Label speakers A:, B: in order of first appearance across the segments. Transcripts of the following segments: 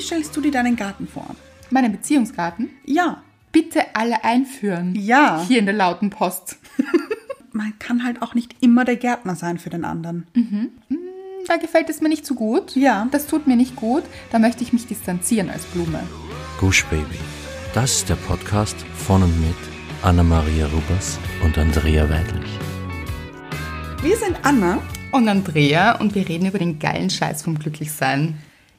A: stellst du dir deinen Garten vor?
B: Meinen Beziehungsgarten
A: Ja,
B: bitte alle einführen.
A: Ja.
B: Hier in der lauten Post.
A: man kann halt auch nicht immer der Gärtner sein für den anderen.
B: Mhm. Da gefällt es mir nicht so gut.
A: Ja.
B: Das tut mir nicht gut. Da möchte ich mich distanzieren als Blume.
C: Gush Baby. Das ist der Podcast von und mit Anna-Maria Rubers und Andrea Weidlich.
A: Wir sind Anna.
B: Und Andrea und wir reden über den geilen Scheiß vom Glücklichsein.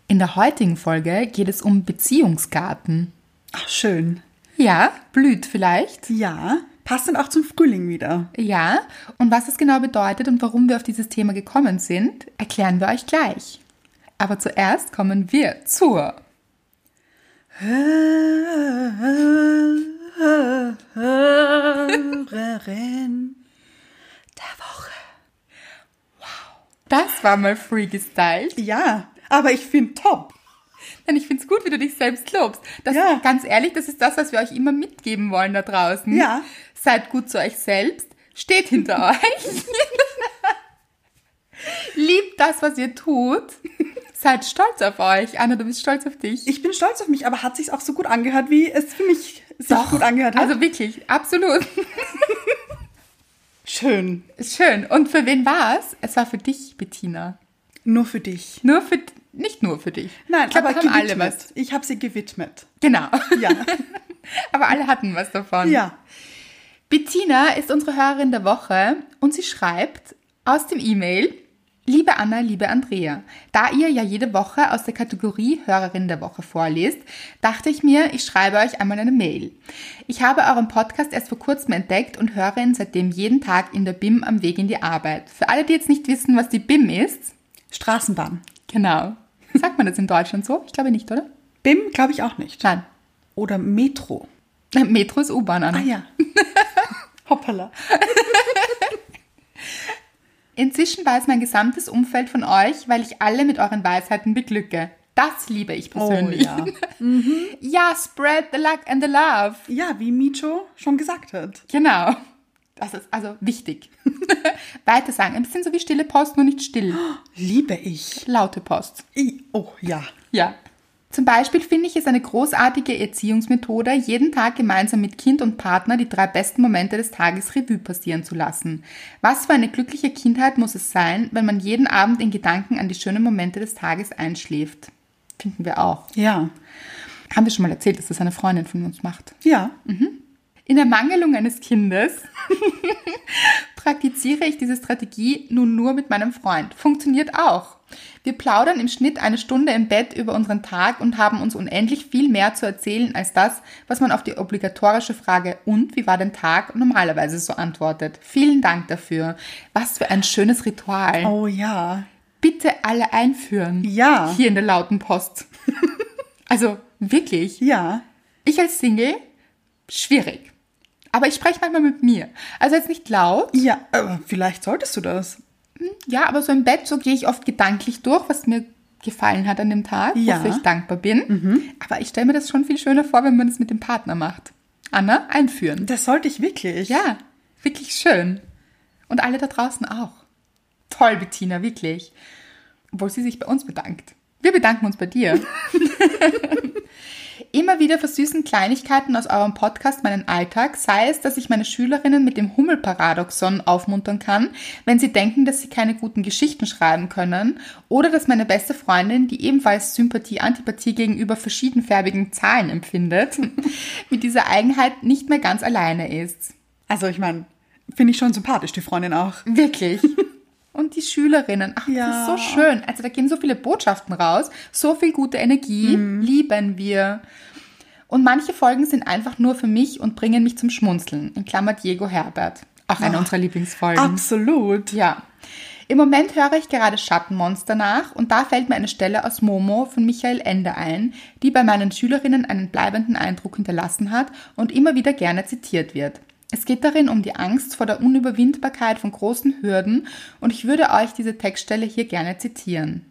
B: In der heutigen Folge geht es um Beziehungsgarten.
A: Ach, schön.
B: Ja, blüht vielleicht.
A: Ja, passend auch zum Frühling wieder.
B: Ja. Und was es genau bedeutet und warum wir auf dieses Thema gekommen sind, erklären wir euch gleich. Aber zuerst kommen wir zur
A: Hörerin.
B: Das war mal free gestylt.
A: Ja, aber ich finde top.
B: Denn ich find's gut, wie du dich selbst lobst. Das,
A: Ja.
B: Ganz ehrlich, das ist das, was wir euch immer mitgeben wollen da draußen.
A: Ja.
B: Seid gut zu euch selbst, steht hinter euch. Liebt das, was ihr tut. Seid stolz auf euch. Anna, du bist stolz auf dich.
A: Ich bin stolz auf mich, aber hat sich's auch so gut angehört, wie es für mich sich gut angehört hat?
B: Also wirklich, absolut.
A: schön.
B: Schön. Und für wen war's? Es war für dich, Bettina.
A: Nur für dich.
B: Nur für, nicht nur für dich.
A: Nein,
B: ich glaub,
A: aber
B: da haben
A: gewidmet.
B: alle was.
A: Ich habe sie gewidmet.
B: Genau.
A: Ja.
B: aber alle hatten was davon.
A: ja.
B: Bettina ist unsere Hörerin der Woche und sie schreibt aus dem E-Mail, liebe Anna, liebe Andrea, da ihr ja jede Woche aus der Kategorie Hörerin der Woche vorlest, dachte ich mir, ich schreibe euch einmal eine Mail. Ich habe euren Podcast erst vor kurzem entdeckt und höre ihn seitdem jeden Tag in der BIM am Weg in die Arbeit. Für alle, die jetzt nicht wissen, was die BIM ist,
A: Straßenbahn.
B: genau. Sagt man das in Deutschland so? Ich glaube nicht, oder?
A: BIM glaube ich auch nicht.
B: Nein.
A: Oder Metro.
B: Metro ist U-Bahn an.
A: Ah ja. Hoppala.
B: Inzwischen weiß mein gesamtes Umfeld von euch, weil ich alle mit euren Weisheiten beglücke. Das liebe ich persönlich.
A: Oh, ja.
B: ja, spread the luck and the love.
A: Ja, wie Micho schon gesagt hat.
B: Genau. Das ist also wichtig. Weiter sagen. Ein bisschen so wie stille Post, nur nicht still.
A: Liebe ich.
B: Laute Post.
A: I oh ja.
B: Ja. Zum Beispiel finde ich es eine großartige Erziehungsmethode, jeden Tag gemeinsam mit Kind und Partner die drei besten Momente des Tages Revue passieren zu lassen. Was für eine glückliche Kindheit muss es sein, wenn man jeden Abend in Gedanken an die schönen Momente des Tages einschläft? Finden wir auch.
A: Ja.
B: Haben wir schon mal erzählt, dass das eine Freundin von uns macht.
A: Ja.
B: In der Mangelung eines Kindes praktiziere ich diese Strategie nun nur mit meinem Freund. Funktioniert auch. Wir plaudern im Schnitt eine Stunde im Bett über unseren Tag und haben uns unendlich viel mehr zu erzählen als das, was man auf die obligatorische Frage und wie war dein Tag normalerweise so antwortet. Vielen Dank dafür. Was für ein schönes Ritual.
A: Oh ja.
B: Bitte alle einführen.
A: Ja.
B: Hier in der lauten Post. also wirklich.
A: Ja.
B: Ich als Single, schwierig. Aber ich spreche manchmal mit mir. Also jetzt nicht laut,
A: Ja. Äh, vielleicht solltest du das.
B: ja, aber so im Bett, so gehe ich oft gedanklich durch, was mir gefallen hat an dem Tag,
A: Ja.
B: wofür ich dankbar bin. Aber ich stelle mir das schon viel schöner vor, wenn man das mit dem Partner macht. Anna, einführen.
A: Das sollte ich wirklich.
B: Ja, wirklich schön. Und alle da draußen auch. Toll, Bettina, wirklich. Obwohl sie sich bei uns bedankt. Wir bedanken uns bei dir. Immer wieder versüßen Kleinigkeiten aus eurem Podcast meinen Alltag, sei es, dass ich meine Schülerinnen mit dem Hummelparadoxon aufmuntern kann, wenn sie denken, dass sie keine guten Geschichten schreiben können, oder dass meine beste Freundin, die ebenfalls Sympathie, Antipathie gegenüber verschiedenfärbigen Zahlen empfindet, mit dieser Eigenheit nicht mehr ganz alleine ist.
A: Also ich meine, finde ich schon sympathisch, die Freundin auch.
B: Wirklich. Und die Schülerinnen, ach,
A: Ja.
B: das ist so schön. Also da gehen so viele Botschaften raus, so viel gute Energie, lieben wir. Und manche Folgen sind einfach nur für mich und bringen mich zum Schmunzeln. In Klammer Diego Herbert. Auch eine unserer Lieblingsfolgen.
A: Absolut.
B: Ja. Im Moment höre ich gerade Schattenmonster nach und da fällt mir eine Stelle aus Momo von Michael Ende ein, die bei meinen Schülerinnen einen bleibenden Eindruck hinterlassen hat und immer wieder gerne zitiert wird. Es geht darin um die Angst vor der Unüberwindbarkeit von großen Hürden und ich würde euch diese Textstelle hier gerne zitieren.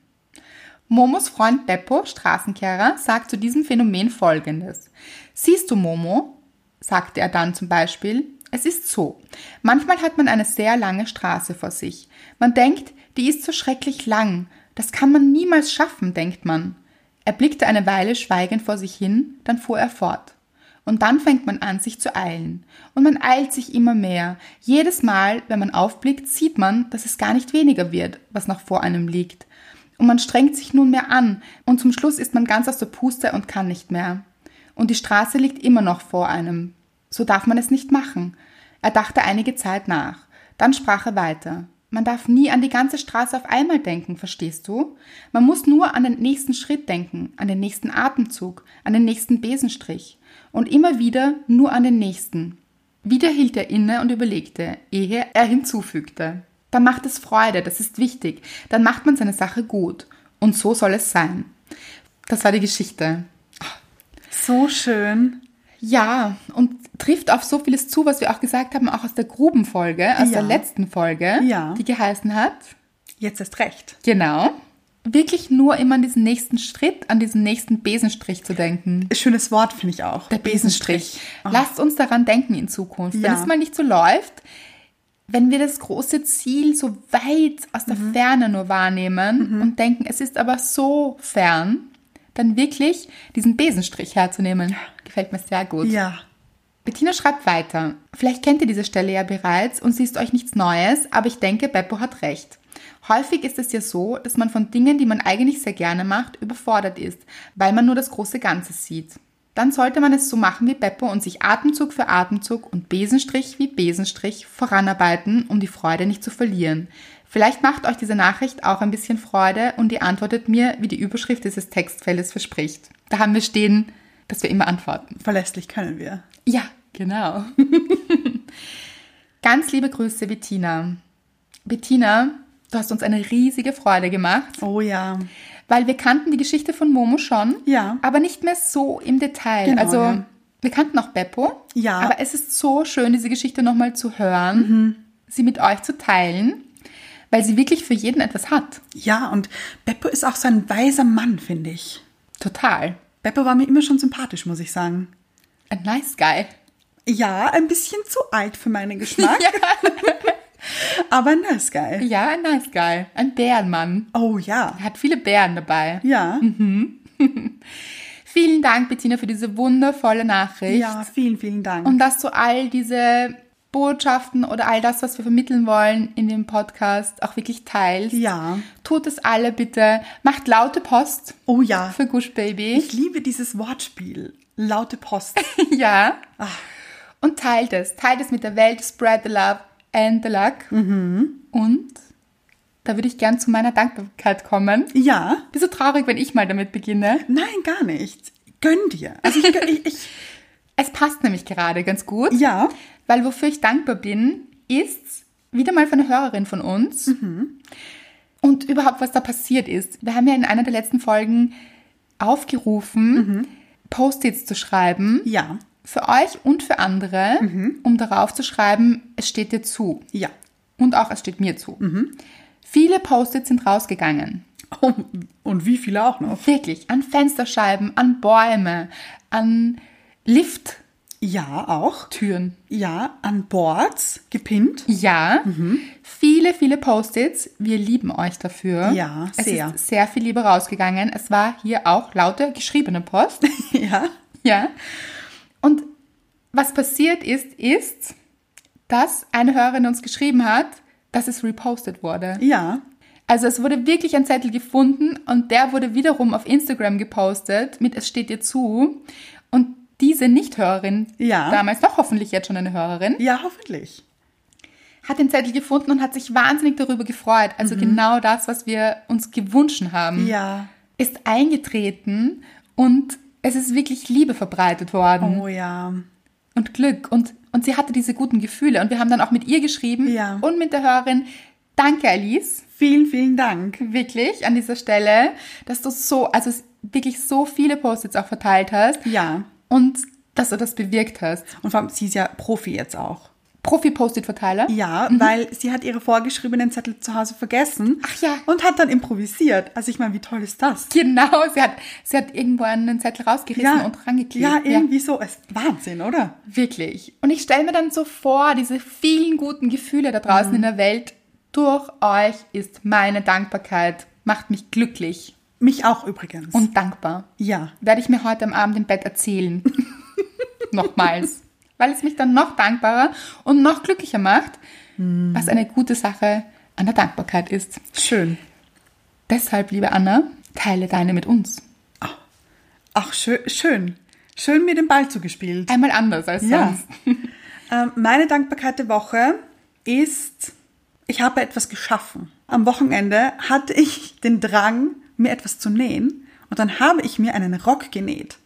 B: Momos Freund Beppo, Straßenkehrer, sagt zu diesem Phänomen folgendes. Siehst du, Momo, sagte er dann zum Beispiel, es ist so. Manchmal hat man eine sehr lange Straße vor sich. Man denkt, die ist so schrecklich lang. Das kann man niemals schaffen, denkt man. Er blickte eine Weile schweigend vor sich hin, dann fuhr er fort. Und dann fängt man an, sich zu eilen. Und man eilt sich immer mehr. Jedes Mal, wenn man aufblickt, sieht man, dass es gar nicht weniger wird, was noch vor einem liegt. Und man strengt sich nunmehr an, und zum Schluss ist man ganz aus der Puste und kann nicht mehr. Und die Straße liegt immer noch vor einem. So darf man es nicht machen. Er dachte einige Zeit nach. Dann sprach er weiter. Man darf nie an die ganze Straße auf einmal denken, verstehst du? Man muss nur an den nächsten Schritt denken, an den nächsten Atemzug, an den nächsten Besenstrich. Und immer wieder nur an den nächsten. Wieder hielt er inne und überlegte, ehe er hinzufügte. Dann macht es Freude, das ist wichtig. Dann macht man seine Sache gut. Und so soll es sein. Das war die Geschichte.
A: So schön.
B: Ja, und trifft auf so vieles zu, was wir auch gesagt haben, auch aus der Grubenfolge, aus
A: Ja.
B: der letzten Folge,
A: Ja.
B: die geheißen hat.
A: Jetzt erst recht.
B: Genau. Wirklich nur immer an diesen nächsten Schritt, an diesen nächsten Besenstrich zu denken.
A: Schönes Wort finde ich auch.
B: Der Besenstrich. Lasst uns daran denken in Zukunft. Wenn
A: Ja.
B: es mal nicht so läuft, wenn wir das große Ziel so weit aus der
A: Mhm.
B: Ferne nur wahrnehmen und denken, es ist aber so fern, dann wirklich diesen Besenstrich herzunehmen. Gefällt mir sehr gut.
A: Ja.
B: Bettina schreibt weiter. Vielleicht kennt ihr diese Stelle ja bereits und sie ist euch nichts Neues, aber ich denke, Beppo hat recht. Häufig ist es ja so, dass man von Dingen, die man eigentlich sehr gerne macht, überfordert ist, weil man nur das große Ganze sieht. Dann sollte man es so machen wie Beppo und sich Atemzug für Atemzug und Besenstrich wie Besenstrich voranarbeiten, um die Freude nicht zu verlieren. Vielleicht macht euch diese Nachricht auch ein bisschen Freude und ihr antwortet mir, wie die Überschrift dieses Textfeldes verspricht. Da haben wir stehen, dass wir immer antworten.
A: Verlässlich können wir.
B: Ja, genau. Ganz liebe Grüße, Bettina. Bettina, du hast uns eine riesige Freude gemacht,
A: Oh ja.
B: weil wir kannten die Geschichte von Momo schon,
A: Ja.
B: aber nicht mehr so im Detail.
A: Genau,
B: also
A: ja.
B: wir kannten auch Beppo,
A: Ja. Mhm.
B: aber es ist so schön, diese Geschichte nochmal zu hören, sie mit euch zu teilen, weil sie wirklich für jeden etwas hat.
A: Ja, und Beppo ist auch so ein weiser Mann, finde ich.
B: Total.
A: Beppo war mir immer schon sympathisch, muss ich sagen.
B: Ein nice guy.
A: Ja, ein bisschen zu alt für meinen Geschmack. Aber ein nice guy.
B: Ja, ein nice guy. Ein Bärenmann.
A: Oh ja.
B: Er hat viele Bären dabei.
A: Ja.
B: Vielen Dank, Bettina, für diese wundervolle Nachricht
A: Ja, vielen, vielen Dank.
B: und dass du all diese Botschaften oder all das, was wir vermitteln wollen in dem Podcast, auch wirklich teilst.
A: ja.
B: Tut es alle bitte. Macht laute Post
A: Oh ja.
B: für Gush Baby.
A: Ich liebe dieses Wortspiel. Laute Post.
B: ja. Und teilt es. Teilt es mit der Welt. Spread the love and the luck.
A: Mhm.
B: Und da würde ich gern zu meiner Dankbarkeit kommen.
A: ja.
B: Bist du traurig, wenn ich mal damit beginne?
A: Nein, gar nicht. Gönn dir. Also ich, gön- ich, ich
B: Es passt nämlich gerade ganz gut.
A: ja.
B: Weil wofür ich dankbar bin, ist wieder mal von einer Hörerin von uns und überhaupt, was da passiert ist. Wir haben ja in einer der letzten Folgen aufgerufen, Post-its zu schreiben.
A: Ja.
B: Für euch und für andere, um darauf zu schreiben, es steht dir zu.
A: Ja.
B: Und auch, es steht mir zu. Viele Post-its sind rausgegangen.
A: Oh, und wie viele auch noch?
B: Wirklich, an Fensterscheiben, an Bäume, an Lifttüren.
A: Ja, auch. Ja, an Boards gepinnt.
B: Ja,
A: Mhm.
B: viele, viele Post-its. Wir lieben euch dafür.
A: Ja, sehr.
B: Es ist sehr viel Liebe rausgegangen. Es war hier auch laute geschriebene Post.
A: Ja.
B: ja. Und was passiert ist, ist, dass eine Hörerin uns geschrieben hat, dass es repostet wurde.
A: Ja.
B: Also es wurde wirklich ein Zettel gefunden und der wurde wiederum auf Instagram gepostet mit Es steht dir zu. Und diese Nichthörerin,
A: Ja.
B: damals noch hoffentlich jetzt schon eine Hörerin,
A: Ja, hoffentlich.
B: hat den Zettel gefunden und hat sich wahnsinnig darüber gefreut. Also genau das, was wir uns gewünscht haben,
A: Mhm. Ja.
B: ist eingetreten und es ist wirklich Liebe verbreitet worden
A: Oh ja.
B: und Glück und und sie hatte diese guten Gefühle und wir haben dann auch mit ihr geschrieben
A: Ja.
B: und mit der Hörerin. Danke, Alice,
A: Vielen, vielen Dank.
B: wirklich an dieser Stelle, dass du so, also es- wirklich so viele Post-its auch verteilt hast
A: Ja.
B: und dass du das bewirkt hast.
A: Und vor allem, sie ist ja Profi jetzt auch.
B: Profi-Post-it-Verteiler.
A: Ja,
B: Mhm.
A: weil sie hat ihre vorgeschriebenen Zettel zu Hause vergessen.
B: Ach ja.
A: Und hat dann improvisiert. Also ich meine, wie toll ist das?
B: Genau, sie hat, sie hat irgendwo einen Zettel rausgerissen und rangeklebt.
A: ja, irgendwie so. Es ist Wahnsinn, oder?
B: Wirklich. Und ich stelle mir dann so vor, diese vielen guten Gefühle da draußen in der Welt, durch euch ist meine Dankbarkeit, macht mich glücklich.
A: Mich auch übrigens.
B: Und dankbar.
A: ja.
B: Werde ich mir heute am Abend im Bett erzählen. Nochmals. Weil es mich dann noch dankbarer und noch glücklicher macht, was eine gute Sache an der Dankbarkeit ist.
A: Schön.
B: Deshalb, liebe Anna, teile deine mit uns.
A: Ach, schön. Schön, schön mir den Ball zugespielt.
B: Einmal anders als
A: Ja.
B: sonst.
A: Ähm, meine Dankbarkeit der Woche ist, ich habe etwas geschaffen. Am Wochenende hatte ich den Drang, mir etwas zu nähen und dann habe ich mir einen Rock genäht.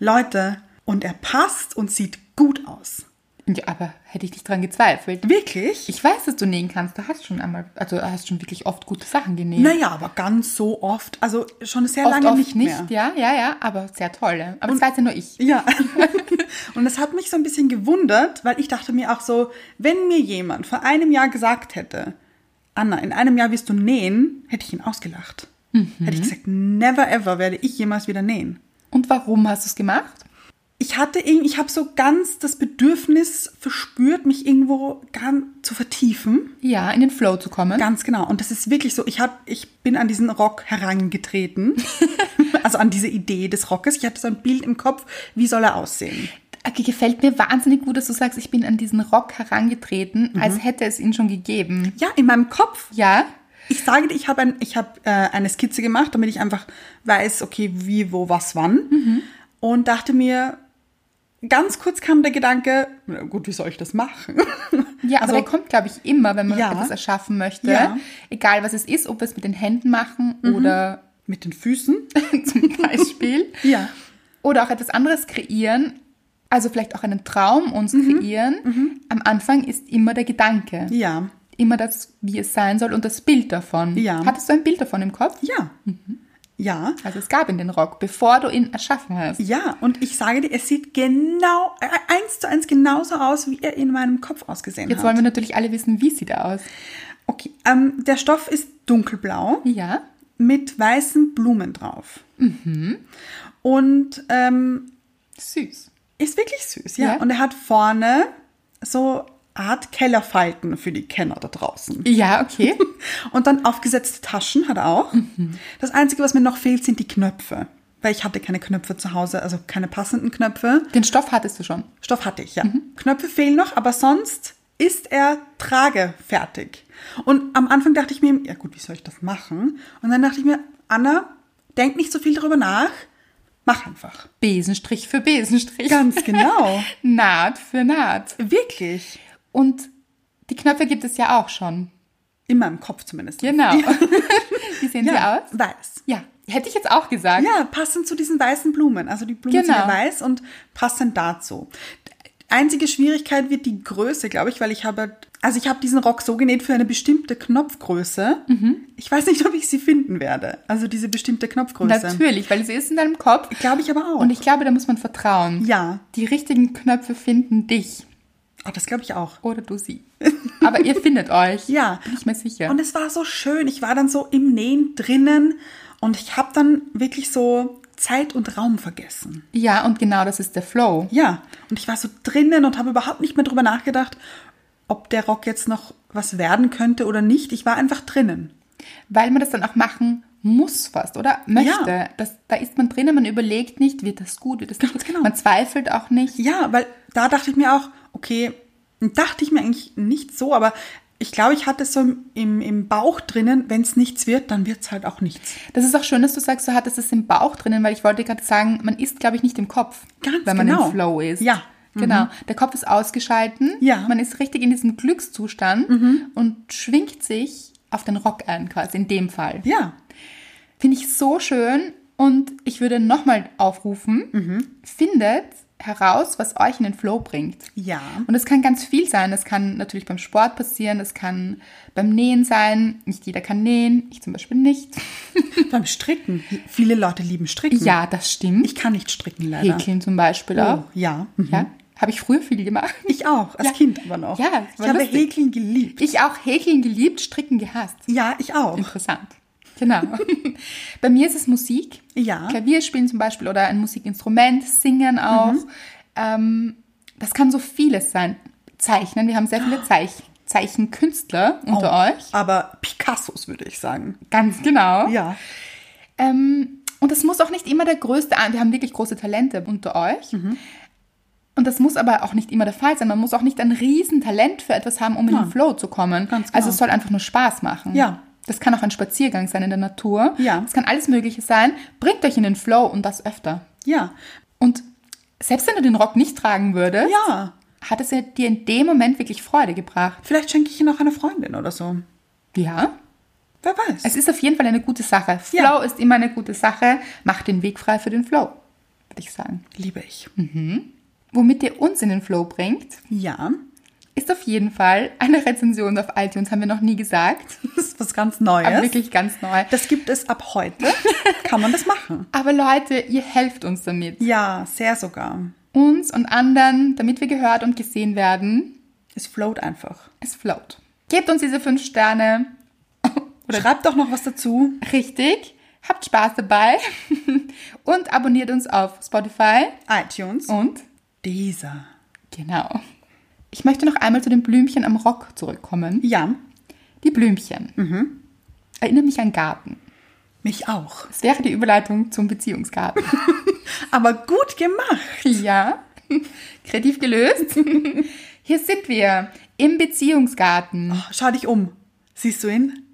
A: Leute, und er passt und sieht gut aus.
B: Ja, aber hätte ich nicht dran gezweifelt.
A: Wirklich?
B: Ich weiß, dass du nähen kannst. Du hast schon einmal, also hast schon wirklich oft gute Sachen genäht.
A: Naja, aber ganz so oft, also schon sehr
B: oft,
A: lange
B: oft
A: nicht, mehr.
B: Ja, ja, ja, aber sehr tolle. Aber das weiß ja nur ich.
A: Ja. Und das hat mich so ein bisschen gewundert, weil ich dachte mir auch so, wenn mir jemand vor einem Jahr gesagt hätte, Anna, in einem Jahr wirst du nähen, hätte ich ihn ausgelacht. Hätte ich gesagt, never ever werde ich jemals wieder nähen.
B: Und warum hast du es gemacht?
A: Ich hatte irgendwie, ich habe so ganz das Bedürfnis verspürt, mich irgendwo ganz zu vertiefen.
B: Ja, in den Flow zu kommen.
A: Ganz genau. Und das ist wirklich so, ich, hab, ich bin an diesen Rock herangetreten. also an diese Idee des Rockes. Ich hatte so ein Bild im Kopf, wie soll er aussehen?
B: Okay, Äh, gefällt mir wahnsinnig gut, dass du sagst, ich bin an diesen Rock herangetreten,
A: Mhm.
B: als hätte es ihn schon gegeben.
A: Ja, in meinem Kopf
B: Ja?
A: Ich sage dir, ich habe ein, ich habe, äh, eine Skizze gemacht, damit ich einfach weiß, okay, wie, wo, was, wann. Und dachte mir, ganz kurz kam der Gedanke, na gut, wie soll ich das machen?
B: Ja, aber der kommt, glaube ich, immer, wenn man
A: Also Ja.
B: etwas erschaffen möchte.
A: Ja. Mhm.
B: Egal, was es ist, ob wir es mit den Händen machen oder
A: mit den Füßen.
B: zum Beispiel.
A: Ja.
B: Oder auch etwas anderes kreieren. Also vielleicht auch einen Traum uns
A: Mhm.
B: kreieren. Am Anfang ist immer der Gedanke.
A: Ja.
B: Immer das, wie es sein soll und das Bild davon.
A: Ja.
B: Hattest du ein Bild davon im Kopf?
A: Ja. Ja.
B: Also es gab ihn den Rock, bevor du ihn erschaffen hast.
A: Ja, und ich sage dir, es sieht genau, äh, eins zu eins genauso aus, wie er in meinem Kopf ausgesehen
B: Jetzt
A: hat.
B: wollen wir natürlich alle wissen, wie sieht er aus.
A: okay, ähm, der Stoff ist dunkelblau.
B: Ja.
A: mit weißen Blumen drauf.
B: Mhm.
A: Und ähm,
B: Süß.
A: ist wirklich süß, ja.
B: Ja.
A: Und er hat vorne so Art Kellerfalten für die Kenner da draußen.
B: Ja, okay.
A: Und dann aufgesetzte Taschen hat er auch. Das Einzige, was mir noch fehlt, sind die Knöpfe. Weil ich hatte keine Knöpfe zu Hause, also keine passenden Knöpfe.
B: Den Stoff hattest du schon.
A: Stoff hatte ich, ja. Knöpfe fehlen noch, aber sonst ist er tragefertig. Und am Anfang dachte ich mir, ja gut, wie soll ich das machen? Und dann dachte ich mir, Anna, denk nicht so viel darüber nach, mach einfach.
B: Besenstrich für Besenstrich.
A: Ganz genau.
B: Naht für Naht.
A: Wirklich.
B: Und die Knöpfe gibt es ja auch schon.
A: In meinem Kopf zumindest.
B: Genau. wie sehen
A: Ja,
B: sie aus?
A: weiß.
B: Ja, hätte ich jetzt auch gesagt.
A: Ja, passend zu diesen weißen Blumen. Also die Blumen sind ja
B: Genau.
A: weiß und passend dazu. Einzige Schwierigkeit wird die Größe, glaube ich, weil ich habe, also ich habe diesen Rock so genäht für eine bestimmte Knopfgröße.
B: Mhm.
A: Ich weiß nicht, ob ich sie finden werde. Also diese bestimmte Knopfgröße.
B: Natürlich, weil sie ist in deinem Kopf.
A: Glaube ich aber auch.
B: Und ich glaube, da muss man vertrauen.
A: Ja.
B: Die richtigen Knöpfe finden dich.
A: oh, das glaube ich auch.
B: Oder du sie. Aber ihr findet euch.
A: Ja.
B: Bin ich mir sicher.
A: Und es war so schön. Ich war dann so im Nähen drinnen und ich habe dann wirklich so Zeit und Raum vergessen.
B: ja, und genau das ist der Flow.
A: Ja, und ich war so drinnen und habe überhaupt nicht mehr drüber nachgedacht, ob der Rock jetzt noch was werden könnte oder nicht. Ich war einfach drinnen.
B: Weil man das dann auch machen muss fast, oder? Möchte.
A: Ja.
B: Das, da ist man drinnen, man überlegt nicht, wird das gut, wird das nicht gut.
A: genau.
B: Man zweifelt auch nicht.
A: Ja, weil da dachte ich mir auch, okay, dachte ich mir eigentlich nicht so, aber ich glaube, ich hatte es so im, im, im Bauch drinnen, wenn es nichts wird, dann wird es halt auch nichts.
B: Das ist auch schön, dass du sagst, du hattest es im Bauch drinnen, weil ich wollte gerade sagen, man ist, glaube ich, nicht im Kopf,
A: Ganz
B: wenn man
A: genau.
B: im Flow ist.
A: Ja. Mhm.
B: Genau. Der Kopf ist ausgeschalten.
A: Ja. Mhm.
B: Man ist richtig in diesem Glückszustand und schwingt sich auf den Rock ein, quasi in dem Fall.
A: Ja,
B: Finde ich so schön und ich würde nochmal aufrufen,
A: Mhm.
B: findet heraus, was euch in den Flow bringt.
A: ja,
B: Und es kann ganz viel sein. Das kann natürlich beim Sport passieren, das kann beim Nähen sein. Nicht jeder kann nähen, ich zum Beispiel nicht.
A: beim Stricken. Viele Leute lieben Stricken.
B: Ja, das stimmt.
A: Ich kann nicht stricken, leider.
B: Häkeln zum Beispiel
A: Oh,
B: auch.
A: ja. mhm.
B: Ja, habe ich früher viel gemacht.
A: Ich auch, als
B: Ja.
A: Kind aber noch.
B: Ja,
A: ich
B: war
A: habe
B: lustig.
A: Häkeln geliebt.
B: Ich auch Häkeln geliebt, Stricken gehasst.
A: Ja, ich auch.
B: Interessant. Genau. Bei mir ist es Musik.
A: Ja.
B: Klavier spielen zum Beispiel oder ein Musikinstrument, singen auch.
A: Mhm.
B: Ähm, das kann so vieles sein. Zeichnen. Wir haben sehr viele Zeich
A: Oh.
B: Zeichenkünstler unter euch.
A: Aber Picassos würde ich sagen.
B: Ganz genau.
A: Ja.
B: Ähm, und das muss auch nicht immer der größte, An- wir haben wirklich große Talente unter euch.
A: Mhm.
B: Und das muss aber auch nicht immer der Fall sein. Man muss auch nicht ein Riesentalent für etwas haben, um in den Flow zu kommen.
A: Ganz
B: Also
A: genau.
B: es soll einfach nur Spaß machen.
A: Ja.
B: Das kann auch ein Spaziergang sein in der Natur.
A: Ja.
B: Das kann alles Mögliche sein. Bringt euch in den Flow und das öfter.
A: Ja.
B: Und selbst wenn du den Rock nicht tragen würdest,
A: Ja.
B: hat es ja dir in dem Moment wirklich Freude gebracht.
A: Vielleicht schenke ich ihn auch einer Freundin oder so.
B: Ja.
A: Wer weiß.
B: Es ist auf jeden Fall eine gute Sache. Flow
A: Ja.
B: ist immer eine gute Sache. Macht den Weg frei für den Flow, würde ich sagen.
A: Liebe ich.
B: Hm. Womit ihr uns in den Flow bringt,
A: Ja.
B: ist auf jeden Fall eine Rezension auf iTunes, haben wir noch nie gesagt.
A: Das ist was ganz
B: Aber
A: Neues.
B: wirklich ganz neu.
A: Das gibt es ab heute. Kann man das machen?
B: Aber Leute, ihr helft uns damit.
A: Ja, sehr sogar.
B: Uns und anderen, damit wir gehört und gesehen werden.
A: Es float einfach.
B: Es float. Gebt uns diese fünf Sterne. Oder-
A: Schreibt doch noch was dazu.
B: Richtig. Habt Spaß dabei. und abonniert uns auf Spotify.
A: iTunes.
B: Und
A: Dieser.
B: Genau. Ich möchte noch einmal zu den Blümchen am Rock zurückkommen.
A: Ja,
B: Die Blümchen. Erinnere mich an Garten.
A: mich auch.
B: Das wäre die Überleitung zum Beziehungsgarten.
A: Aber gut gemacht.
B: ja, kreativ gelöst. Hier sind wir im Beziehungsgarten.
A: Schau dich um. Siehst du ihn?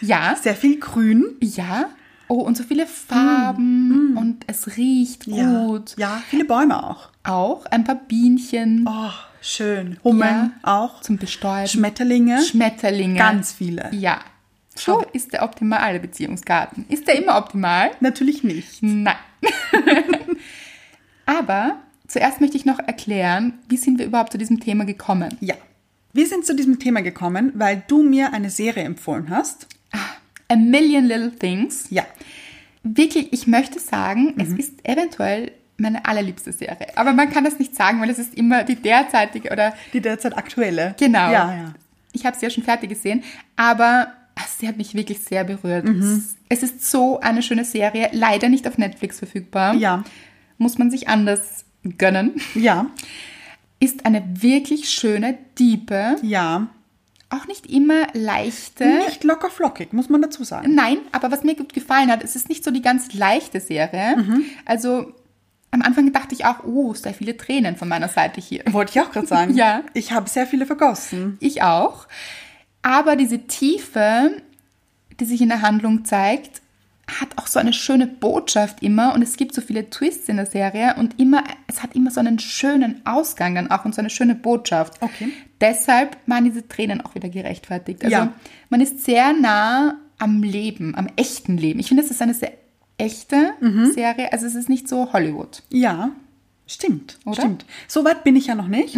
B: Ja,
A: Sehr viel Grün.
B: ja. Oh, und so viele Farben und es riecht gut.
A: Mm, Ja, viele Bäume auch.
B: Auch ein paar Bienchen
A: Oh, schön. Hummeln auch.
B: zum Bestäuben.
A: Schmetterlinge.
B: Schmetterlinge.
A: Ganz viele.
B: Ja. So ist der optimale Beziehungsgarten. Ist der immer optimal?
A: Natürlich nicht.
B: Nein. Aber zuerst möchte ich noch erklären, wie sind wir überhaupt zu diesem Thema gekommen?
A: Ja. Wir sind zu diesem Thema gekommen, weil du mir eine Serie empfohlen hast.
B: A Million Little Things.
A: Ja.
B: Wirklich, ich möchte sagen, es ist eventuell meine allerliebste Serie. Aber man kann das nicht sagen, weil es ist immer die derzeitige oder
A: Die derzeit aktuelle.
B: Genau.
A: Ja, ja.
B: Ich habe sie ja schon fertig gesehen, aber ach, sie hat mich wirklich sehr berührt. Es ist so eine schöne Serie, leider nicht auf Netflix verfügbar.
A: Ja.
B: Muss man sich anders gönnen.
A: Ja,
B: Ist eine wirklich schöne, diepe,
A: ja.
B: auch nicht immer leichte.
A: Nicht locker flockig, muss man dazu sagen.
B: Nein, aber was mir gut gefallen hat, es ist nicht so die ganz leichte Serie. Also am Anfang dachte ich auch, oh, sehr viele Tränen von meiner Seite hier.
A: Wollte ich auch gerade sagen.
B: Ja.
A: Ich habe sehr viele vergossen.
B: Ich auch. Aber diese Tiefe, die sich in der Handlung zeigt, hat auch so eine schöne Botschaft immer und es gibt so viele Twists in der Serie und immer, es hat immer so einen schönen Ausgang dann auch und so eine schöne Botschaft.
A: Okay.
B: Deshalb waren diese Tränen auch wieder gerechtfertigt. Also
A: Ja.
B: man ist sehr nah am Leben, am echten Leben. Ich finde, es ist eine sehr echte
A: Mhm.
B: Serie, also es ist nicht so Hollywood.
A: Ja, stimmt.
B: Oder? Mhm.
A: Stimmt. So weit bin ich ja noch nicht.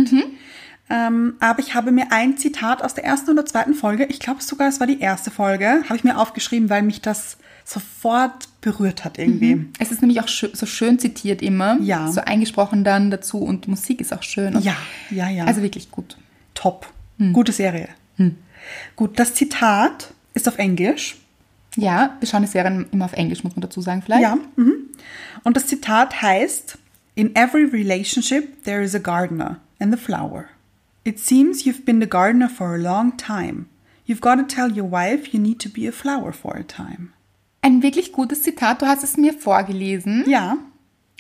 A: Ähm, aber ich habe mir ein Zitat aus der ersten oder zweiten Folge, ich glaube sogar, es war die erste Folge, habe ich mir aufgeschrieben, weil mich das sofort berührt hat irgendwie.
B: Es ist nämlich auch schö- so schön zitiert immer,
A: Ja.
B: so eingesprochen dann dazu und die Musik ist auch schön. Und
A: Ja, ja, ja.
B: Also Hm. wirklich gut.
A: Top. Gute Serie. Gut, das Zitat ist auf Englisch.
B: Ja, wir schauen die Serien immer auf Englisch, muss man dazu sagen vielleicht.
A: Ja. Mhm. Und das Zitat heißt: In every relationship there is a gardener and the flower. It seems you've been the gardener for a long time. You've got to tell your wife you need to be a flower for a time.
B: Ein wirklich gutes Zitat, du hast es mir vorgelesen
A: Ja.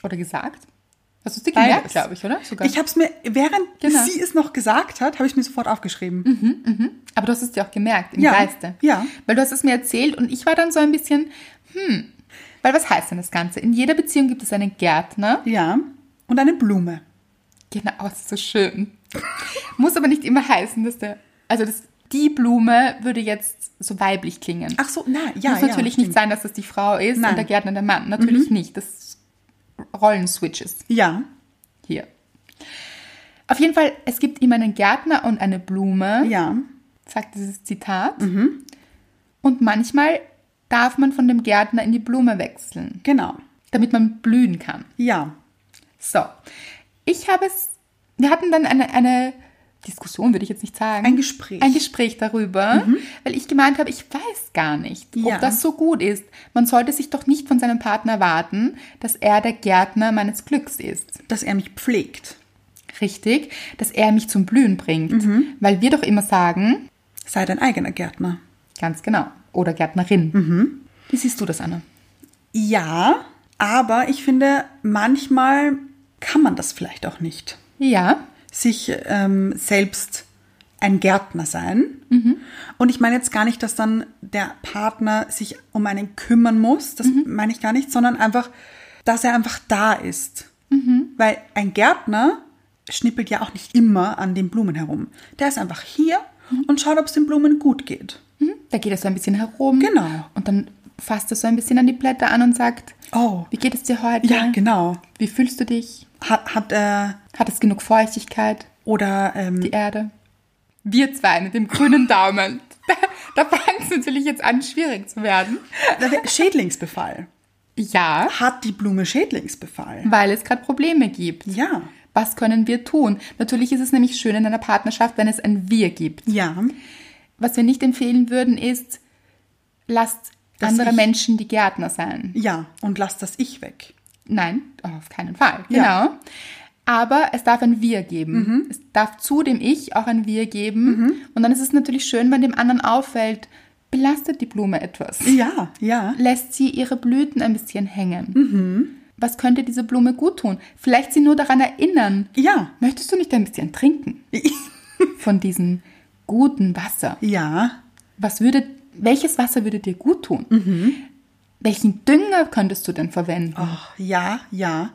B: oder gesagt. Hast du es dir gemerkt,
A: beides.
B: glaube ich, oder? Sogar.
A: Ich habe es mir, während
B: Genau.
A: sie es noch gesagt hat, habe ich es mir sofort aufgeschrieben.
B: Aber du hast es dir auch gemerkt, im
A: Ja,
B: Geiste.
A: ja.
B: Weil du hast es mir erzählt und ich war dann so ein bisschen, hm, weil was heißt denn das Ganze? In jeder Beziehung gibt es einen Gärtner.
A: Ja. Und eine Blume.
B: Genau, oh, das ist so schön. Muss aber nicht immer heißen, dass der, also das, die Blume würde jetzt so weiblich klingen.
A: Ach so, na, ja.
B: Muss
A: ja,
B: natürlich
A: stimmt.
B: nicht sein, dass das die Frau
A: Nein.
B: ist
A: Mhm.
B: und der Gärtner der Mann. Natürlich nicht. Das Rollenswitch ist
A: Ja.
B: hier. Auf jeden Fall, es gibt immer einen Gärtner und eine Blume,
A: Ja. Mhm.
B: sagt dieses Zitat. Und manchmal darf man von dem Gärtner in die Blume wechseln,
A: Genau.
B: damit man blühen kann.
A: Ja.
B: So, ich habe es, wir hatten dann eine, eine Diskussion, würde ich jetzt nicht sagen.
A: Ein Gespräch.
B: Mhm. Ein Gespräch darüber, weil ich gemeint habe, ich weiß gar nicht, ob
A: Mhm. Ja.
B: das so gut ist. Man sollte sich doch nicht von seinem Partner erwarten, dass er der Gärtner meines Glücks ist.
A: Dass er mich pflegt.
B: Richtig, dass er mich zum Blühen bringt.
A: Mhm.
B: Weil wir doch immer sagen,
A: Sei dein eigener Gärtner. Mhm.
B: ganz genau, oder Gärtnerin. Wie siehst du das, Anna?
A: Ja, aber ich finde, manchmal kann man das vielleicht auch nicht.
B: Ja,
A: Sich ähm, selbst ein Gärtner sein. Und ich meine jetzt gar nicht, dass dann der Partner sich um einen kümmern muss. Das meine ich gar nicht, sondern einfach, dass er einfach da ist. Weil ein Gärtner schnippelt ja auch nicht immer an den Blumen herum. Der ist einfach hier und schaut, ob es den Blumen gut geht.
B: hm? da geht er so ein bisschen herum.
A: Genau.
B: Und dann fasst er so ein bisschen an die Blätter an und sagt,
A: Oh.
B: wie geht es dir heute?
A: Ja, genau.
B: Wie fühlst du dich?
A: Hat, hat er
B: Hat es genug Feuchtigkeit?
A: oder ähm,
B: Die Erde? Wir zwei mit dem grünen Daumen. Da, da fängt es natürlich jetzt an, schwierig zu werden.
A: Da wär- Schädlingsbefall.
B: Ja,
A: Hat die Blume Schädlingsbefall?
B: weil es gerade Probleme gibt.
A: Ja.
B: Was können wir tun? Natürlich ist es nämlich schön in einer Partnerschaft, wenn es ein Wir gibt.
A: Ja.
B: Was wir nicht empfehlen würden, ist, lasst
A: Dass
B: andere
A: ich-
B: Menschen die Gärtner sein.
A: Ja. Und lass das Ich weg.
B: Nein, auf keinen Fall. Genau.
A: Ja. Mhm.
B: Aber es darf ein Wir geben. Es darf zu dem Ich auch ein Wir geben. Und dann ist es natürlich schön, wenn dem anderen auffällt, belastet die Blume etwas.
A: Ja, ja.
B: Lässt sie ihre Blüten ein bisschen hängen.
A: Mhm.
B: Was könnte diese Blume gut tun? Vielleicht sie nur daran erinnern.
A: Ja.
B: Möchtest du nicht ein bisschen trinken von diesem guten Wasser?
A: Ja.
B: Was würde, welches Wasser würde dir gut tun?
A: Mhm.
B: Welchen Dünger könntest du denn verwenden?
A: Ach, Oh, ja, ja.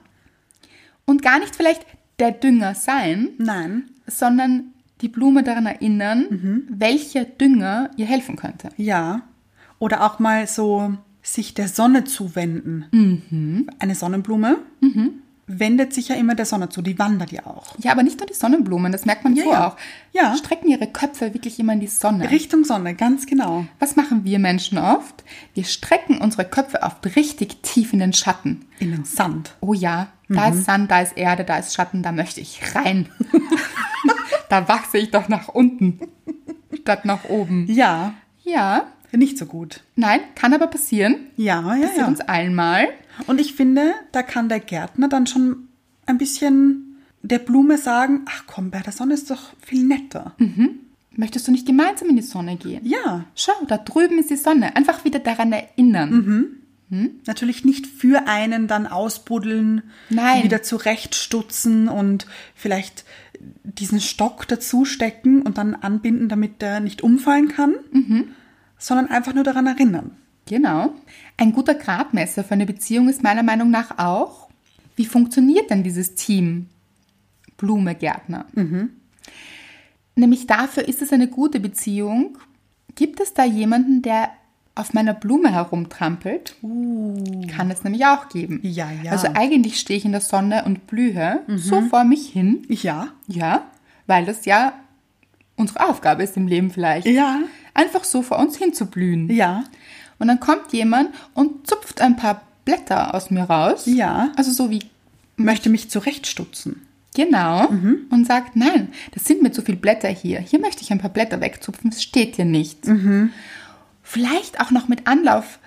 B: Und gar nicht vielleicht der Dünger sein,
A: Nein.
B: sondern die Blume daran erinnern,
A: Mhm.
B: welcher Dünger ihr helfen könnte.
A: Ja. Oder auch mal so sich der Sonne zuwenden. Eine Sonnenblume wendet sich ja immer der Sonne zu. Die wandert ja auch.
B: Ja, aber nicht nur die Sonnenblumen, das merkt man
A: Ja,
B: so
A: ja.
B: auch.
A: Ja.
B: Strecken ihre Köpfe wirklich immer in die Sonne.
A: Richtung Sonne, ganz genau.
B: Was machen wir Menschen oft? Wir strecken unsere Köpfe oft richtig tief in den Schatten.
A: In den Sand.
B: Oh ja, da
A: Mhm.
B: ist Sand, da ist Erde, da ist Schatten, da möchte ich rein. da wachse ich doch nach unten statt nach oben.
A: Ja.
B: Ja,
A: Nicht so gut.
B: nein, kann aber passieren.
A: Ja, ja,
B: Passiert
A: Ah ja.
B: uns allen mal.
A: Und ich finde, da kann der Gärtner dann schon ein bisschen der Blume sagen, ach komm, bei der Sonne ist doch viel netter.
B: Möchtest du nicht gemeinsam in die Sonne gehen?
A: Ja,
B: Schau, da drüben ist die Sonne. Einfach wieder daran erinnern.
A: natürlich nicht für einen dann ausbuddeln,
B: Nein.
A: wieder zurechtstutzen und vielleicht diesen Stock dazustecken und dann anbinden, damit der nicht umfallen kann, Mhm. sondern einfach nur daran erinnern.
B: Genau. Ein guter Gradmesser für eine Beziehung ist meiner Meinung nach auch, wie funktioniert denn dieses Team Blume Gärtner?
A: Mhm.
B: Nämlich dafür ist es eine gute Beziehung. Gibt es da jemanden, der auf meiner Blume herumtrampelt? Kann es nämlich auch geben.
A: Uh. Ja, ja. Mhm.
B: Also eigentlich stehe ich in der Sonne und blühe so vor mich hin.
A: Ja,
B: Ja, weil das ja unsere Aufgabe ist im Leben vielleicht.
A: Ja.
B: Einfach so vor uns hin zu blühen.
A: ja,
B: Und dann kommt jemand und zupft ein paar Blätter aus mir raus.
A: Ja.
B: Also so wie
A: möchte mich zurechtstutzen.
B: genau.
A: Mhm.
B: Und sagt, nein, das sind mir zu viele Blätter hier. Hier möchte ich ein paar Blätter wegzupfen. Es steht hier nicht.
A: Mhm.
B: Vielleicht auch noch mit Anlauf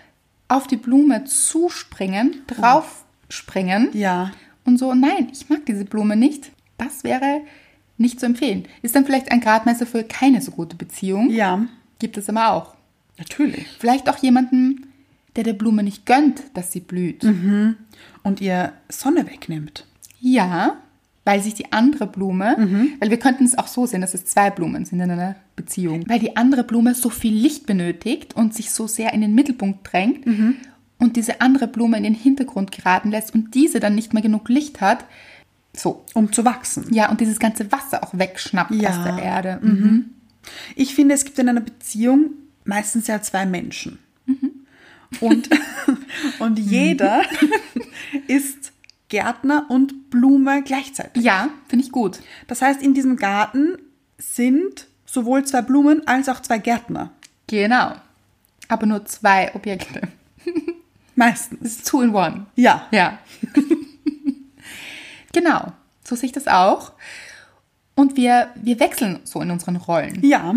B: auf die Blume zuspringen, draufspringen.
A: Ja,
B: Und so, nein, ich mag diese Blume nicht. Das wäre nicht zu empfehlen. Ist dann vielleicht ein Gradmesser für keine so gute Beziehung.
A: ja,
B: Gibt es aber auch.
A: natürlich.
B: Vielleicht auch jemanden, der der Blume nicht gönnt, dass sie blüht.
A: Und ihr Sonne wegnimmt.
B: Ja, weil sich die andere Blume, weil wir könnten es auch so sehen, dass es zwei Blumen sind in einer Beziehung, weil die andere Blume so viel Licht benötigt und sich so sehr in den Mittelpunkt drängt und diese andere Blume in den Hintergrund geraten lässt und diese dann nicht mehr genug Licht hat. So,
A: um zu wachsen.
B: ja, und dieses ganze Wasser auch wegschnappt
A: Ja.
B: aus der Erde. Mhm.
A: Ich finde, es gibt in einer Beziehung meistens ja zwei Menschen. Und, und jeder ist Gärtner und Blume gleichzeitig.
B: Ja, finde ich gut.
A: Das heißt, in diesem Garten sind sowohl zwei Blumen als auch zwei Gärtner.
B: Genau. Aber nur zwei Objekte.
A: Meistens.
B: Das ist two in one.
A: Ja.
B: Ja. genau, so sehe ich das auch. Und wir, wir wechseln so in unseren Rollen.
A: Ja,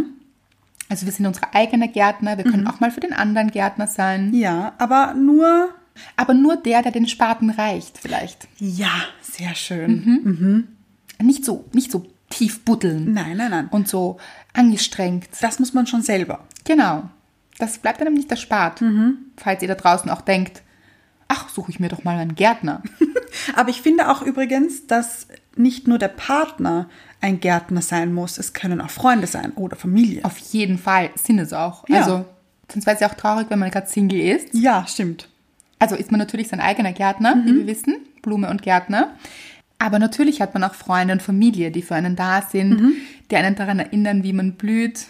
B: Also wir sind unsere eigene Gärtner, wir können auch mal für den anderen Gärtner sein.
A: ja, aber nur.
B: Aber nur der, der den Spaten reicht, vielleicht.
A: Ja, sehr schön.
B: Nicht so, nicht so tief buddeln
A: Mhm. Nein, nein, nein.
B: und so angestrengt.
A: Das muss man schon selber.
B: Genau. Das bleibt einem nicht erspart, falls ihr da draußen auch denkt, ach, suche ich mir doch mal einen Gärtner.
A: Aber ich finde auch übrigens, dass nicht nur der Partner ein Gärtner sein muss, es können auch Freunde sein oder Familie.
B: Auf jeden Fall sind es auch.
A: Ja.
B: Also, sonst wäre es ja auch traurig, wenn man gerade Single ist.
A: Ja, stimmt.
B: Also ist man natürlich sein eigener Gärtner, wie
A: Mhm.
B: wir wissen, Blume und Gärtner. Aber natürlich hat man auch Freunde und Familie, die für einen da sind,
A: Mhm.
B: die einen daran erinnern, wie man blüht,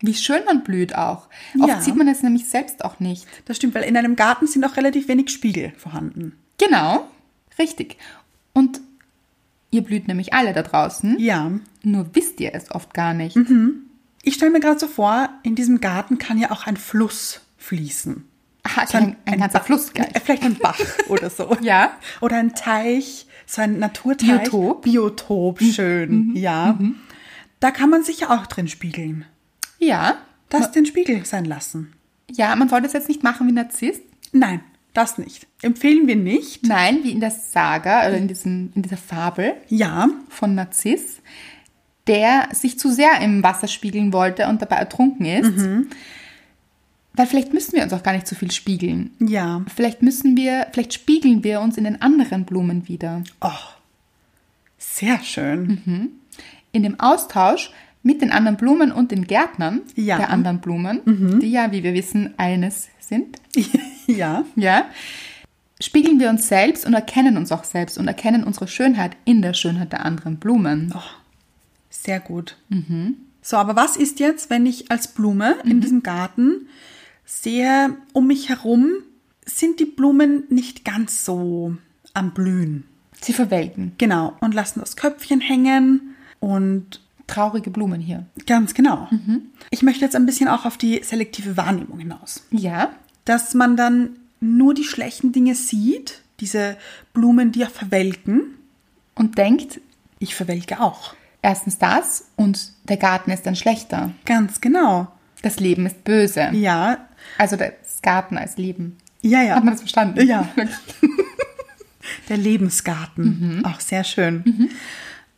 B: wie schön man blüht auch. Oft
A: Ja.
B: sieht man es nämlich selbst auch nicht.
A: Das stimmt, weil in einem Garten sind auch relativ wenig Spiegel vorhanden.
B: Genau, richtig. Und ihr blüht nämlich alle da draußen,
A: Ja. Mhm.
B: nur wisst ihr es oft gar nicht.
A: Ich stelle mir gerade so vor, in diesem Garten kann ja auch ein Fluss fließen.
B: Aha,
A: So
B: ein, ein ganzer
A: Ba-
B: Fluss gleich.
A: Äh, Vielleicht ein Bach oder so.
B: Ja.
A: Oder ein Teich, so ein Naturteich.
B: Biotop. Mhm.
A: Biotop, schön, ja. Da kann man sich ja auch drin spiegeln.
B: Ja,
A: Das den Spiegel sein lassen.
B: ja, man sollte es jetzt nicht machen wie Narzisst.
A: Nein, das nicht. Empfehlen wir nicht.
B: Nein, wie in der Saga oder in, diesem, in dieser Fabel.
A: Ja,
B: von Narziss, der sich zu sehr im Wasser spiegeln wollte und dabei ertrunken ist. Weil vielleicht müssen wir uns auch gar nicht so viel spiegeln.
A: ja.
B: Vielleicht müssen wir, vielleicht spiegeln wir uns in den anderen Blumen wieder.
A: Oh, sehr schön.
B: Mhm. In dem Austausch mit den anderen Blumen und den Gärtnern
A: Ja.
B: der anderen Blumen, die ja, wie wir wissen, eines sind,
A: Ja,
B: ja, spiegeln wir uns selbst und erkennen uns auch selbst und erkennen unsere Schönheit in der Schönheit der anderen Blumen.
A: sehr gut.
B: Mhm.
A: So, aber was ist jetzt, wenn ich als Blume in diesem Garten sehe, um mich herum sind die Blumen nicht ganz so am Blühen?
B: Sie verwelken.
A: Genau, und lassen das Köpfchen hängen und
B: Traurige Blumen hier.
A: ganz genau.
B: Mhm.
A: Ich möchte jetzt ein bisschen auch auf die selektive Wahrnehmung hinaus.
B: Ja,
A: Dass man dann nur die schlechten Dinge sieht, diese Blumen, die ja verwelken.
B: und denkt,
A: Ich verwelke auch.
B: Erstens das und der Garten ist dann schlechter.
A: Ganz genau.
B: Das Leben ist böse.
A: Ja,
B: Also das Garten als Leben.
A: ja, ja.
B: Hat man das verstanden?
A: Ja. Der Lebensgarten. Auch sehr schön.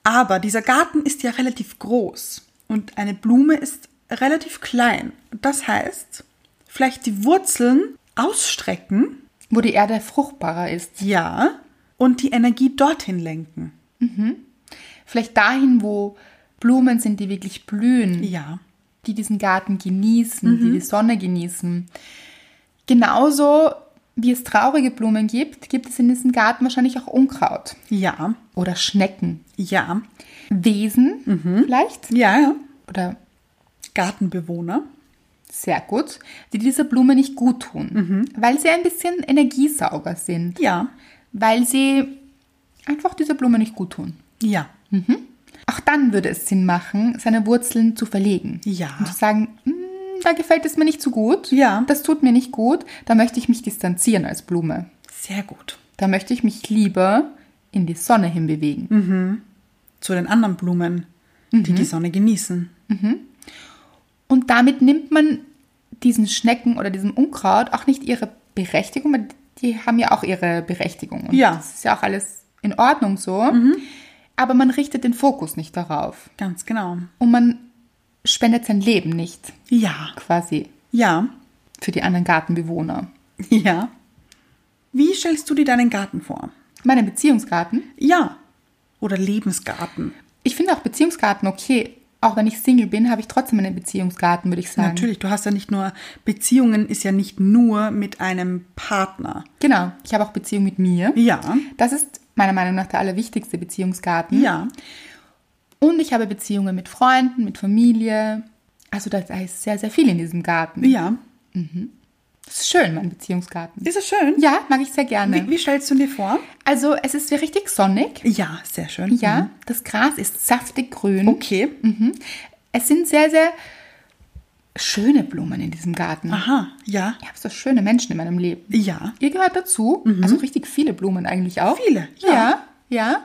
A: Aber dieser Garten ist ja relativ groß und eine Blume ist relativ klein. Das heißt, vielleicht die Wurzeln ausstrecken,
B: Wo die Erde fruchtbarer ist.
A: ja, und die Energie dorthin lenken.
B: Vielleicht dahin, wo Blumen sind, die wirklich blühen,
A: Ja, Mhm.
B: die diesen Garten genießen, die die Sonne genießen. Genauso wie es traurige Blumen gibt, gibt es in diesem Garten wahrscheinlich auch Unkraut
A: ja,
B: oder Schnecken.
A: ja,
B: Wesen
A: Mhm.
B: vielleicht
A: ja, ja.
B: oder
A: Gartenbewohner.
B: sehr gut, die dieser Blume nicht gut tun,
A: Mhm.
B: weil sie ein bisschen Energiesauger sind.
A: Ja,
B: weil sie einfach dieser Blume nicht gut tun.
A: ja,
B: Auch dann würde es Sinn machen, seine Wurzeln zu verlegen.
A: Ja.
B: Und zu sagen, "Mm, da gefällt es mir nicht so gut.
A: Ja.
B: Das tut mir nicht gut. Da möchte ich mich distanzieren als Blume.
A: sehr gut.
B: Da möchte ich mich lieber in die Sonne hinbewegen.
A: Zu den anderen Blumen, die die Sonne genießen.
B: Und damit nimmt man diesen Schnecken oder diesem Unkraut auch nicht ihre Berechtigung, weil die haben ja auch ihre Berechtigung. Und
A: Ja. Mhm.
B: Das ist ja auch alles in Ordnung so. Aber man richtet den Fokus nicht darauf.
A: Ganz genau.
B: Und man spendet sein Leben nicht
A: Ja,
B: quasi
A: ja,
B: für die anderen Gartenbewohner.
A: Ja. Wie stellst du dir deinen Garten vor?
B: Meinen Beziehungsgarten.
A: Ja. Oder Lebensgarten.
B: Ich finde auch Beziehungsgarten okay. Auch wenn ich Single bin, habe ich trotzdem einen Beziehungsgarten, würde ich sagen.
A: Natürlich, du hast ja nicht nur Beziehungen, ist ja nicht nur mit einem Partner.
B: Genau. Ich habe auch Beziehung mit mir.
A: Ja.
B: Das ist meiner Meinung nach der allerwichtigste Beziehungsgarten.
A: Ja.
B: Und ich habe Beziehungen mit Freunden, mit Familie. Also da ist sehr, sehr viel in diesem Garten.
A: Ja.
B: Das ist schön, mein Beziehungsgarten.
A: Ist es schön?
B: Ja, mag ich sehr gerne.
A: Wie, wie stellst du ihn dir vor?
B: Also es ist richtig sonnig.
A: Ja, sehr schön.
B: Ja, das Gras ist saftig grün.
A: Mhm. Okay.
B: Mhm. Es sind sehr, sehr schöne Blumen in diesem Garten.
A: Aha. Ja.
B: Ich habe so schöne Menschen in meinem Leben.
A: Ja.
B: Ihr gehört dazu. Also richtig viele Blumen eigentlich auch.
A: Mhm. Viele, ja.
B: Ja. ja,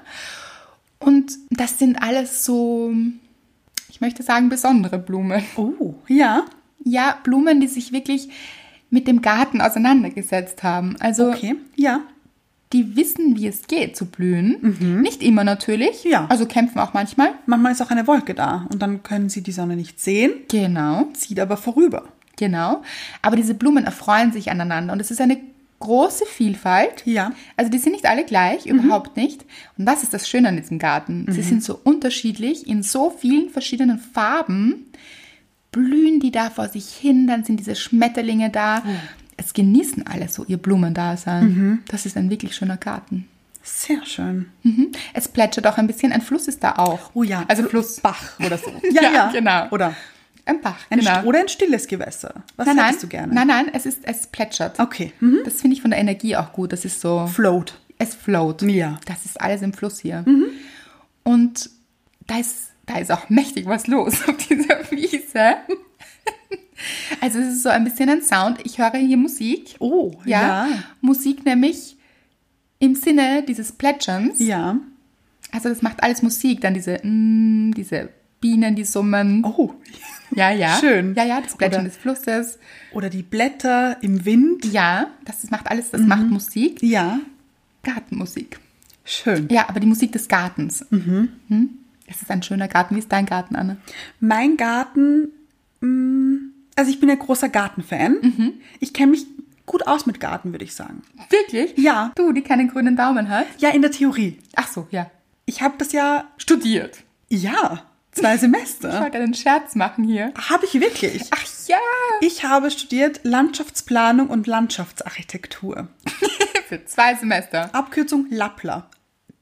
B: Und das sind alles so, ich möchte sagen, besondere Blumen.
A: Oh. Ja.
B: Ja, Blumen, die sich wirklich mit dem Garten auseinandergesetzt haben. Also
A: Okay. Ja.
B: die wissen, wie es geht zu blühen. Nicht immer natürlich.
A: Mhm. Ja.
B: Also kämpfen auch manchmal.
A: Manchmal ist auch eine Wolke da und dann können sie die Sonne nicht sehen,
B: Genau.
A: zieht aber vorüber.
B: Genau. Aber diese Blumen erfreuen sich aneinander und es ist eine große Vielfalt.
A: Ja. Mhm.
B: Also die sind nicht alle gleich, überhaupt nicht. Und das ist das Schöne an diesem Garten. Sie sind so unterschiedlich, in so vielen verschiedenen Farben blühen die da vor sich hin, dann sind diese Schmetterlinge da.
A: Oh.
B: Es genießen alle so ihr Blumendasein.
A: Mhm.
B: Das ist ein wirklich schöner Garten.
A: Sehr schön.
B: Mhm. Es plätschert auch ein bisschen, ein Fluss ist da auch.
A: Oh ja.
B: Also Fluss, Bach oder so.
A: Ja, ja.
B: genau.
A: Oder
B: ein Bach,
A: ein,
B: genau.
A: st- oder ein stilles Gewässer. Was
B: nein,
A: hättest
B: nein,
A: du gerne?
B: Nein, nein, es ist es plätschert.
A: Okay. Hm.
B: Das finde ich von der Energie auch gut. Das ist so
A: Float.
B: es float.
A: Ja. Mhm.
B: Das ist alles im Fluss hier. Und da ist, da ist auch mächtig was los auf dieser Wiese. Also es ist so ein bisschen ein Sound. Ich höre hier Musik.
A: Oh,
B: ja.
A: ja.
B: Musik nämlich im Sinne dieses Plätscherns.
A: Ja.
B: Also das macht alles Musik. Dann diese, mm, diese Bienen, die summen.
A: Oh.
B: Ja, ja.
A: Schön.
B: Ja, ja, das Plätschern
A: Oder-
B: des Flusses.
A: Oder die Blätter im Wind.
B: Ja, das ist- macht alles, das
A: Mhm.
B: macht Musik.
A: Ja.
B: Gartenmusik.
A: Schön.
B: Ja, aber die Musik des Gartens.
A: Mhm.
B: Hm? Es ist ein schöner Garten. Wie ist dein Garten, Anne?
A: Mein Garten, mm, also ich bin ein großer Gartenfan.
B: Mhm.
A: Ich kenne mich gut aus mit Garten, würde ich sagen.
B: Wirklich?
A: Ja.
B: Du, die keinen grünen Daumen hat?
A: Ja, in der Theorie.
B: Ach so, ja.
A: Ich habe das ja,
B: Studiert.
A: ja, zwei
B: Ich
A: Semester.
B: wollte einen Scherz machen hier.
A: Habe ich wirklich.
B: Ach ja.
A: Ich habe studiert Landschaftsplanung und Landschaftsarchitektur.
B: Für zwei Semester.
A: Abkürzung Lappler.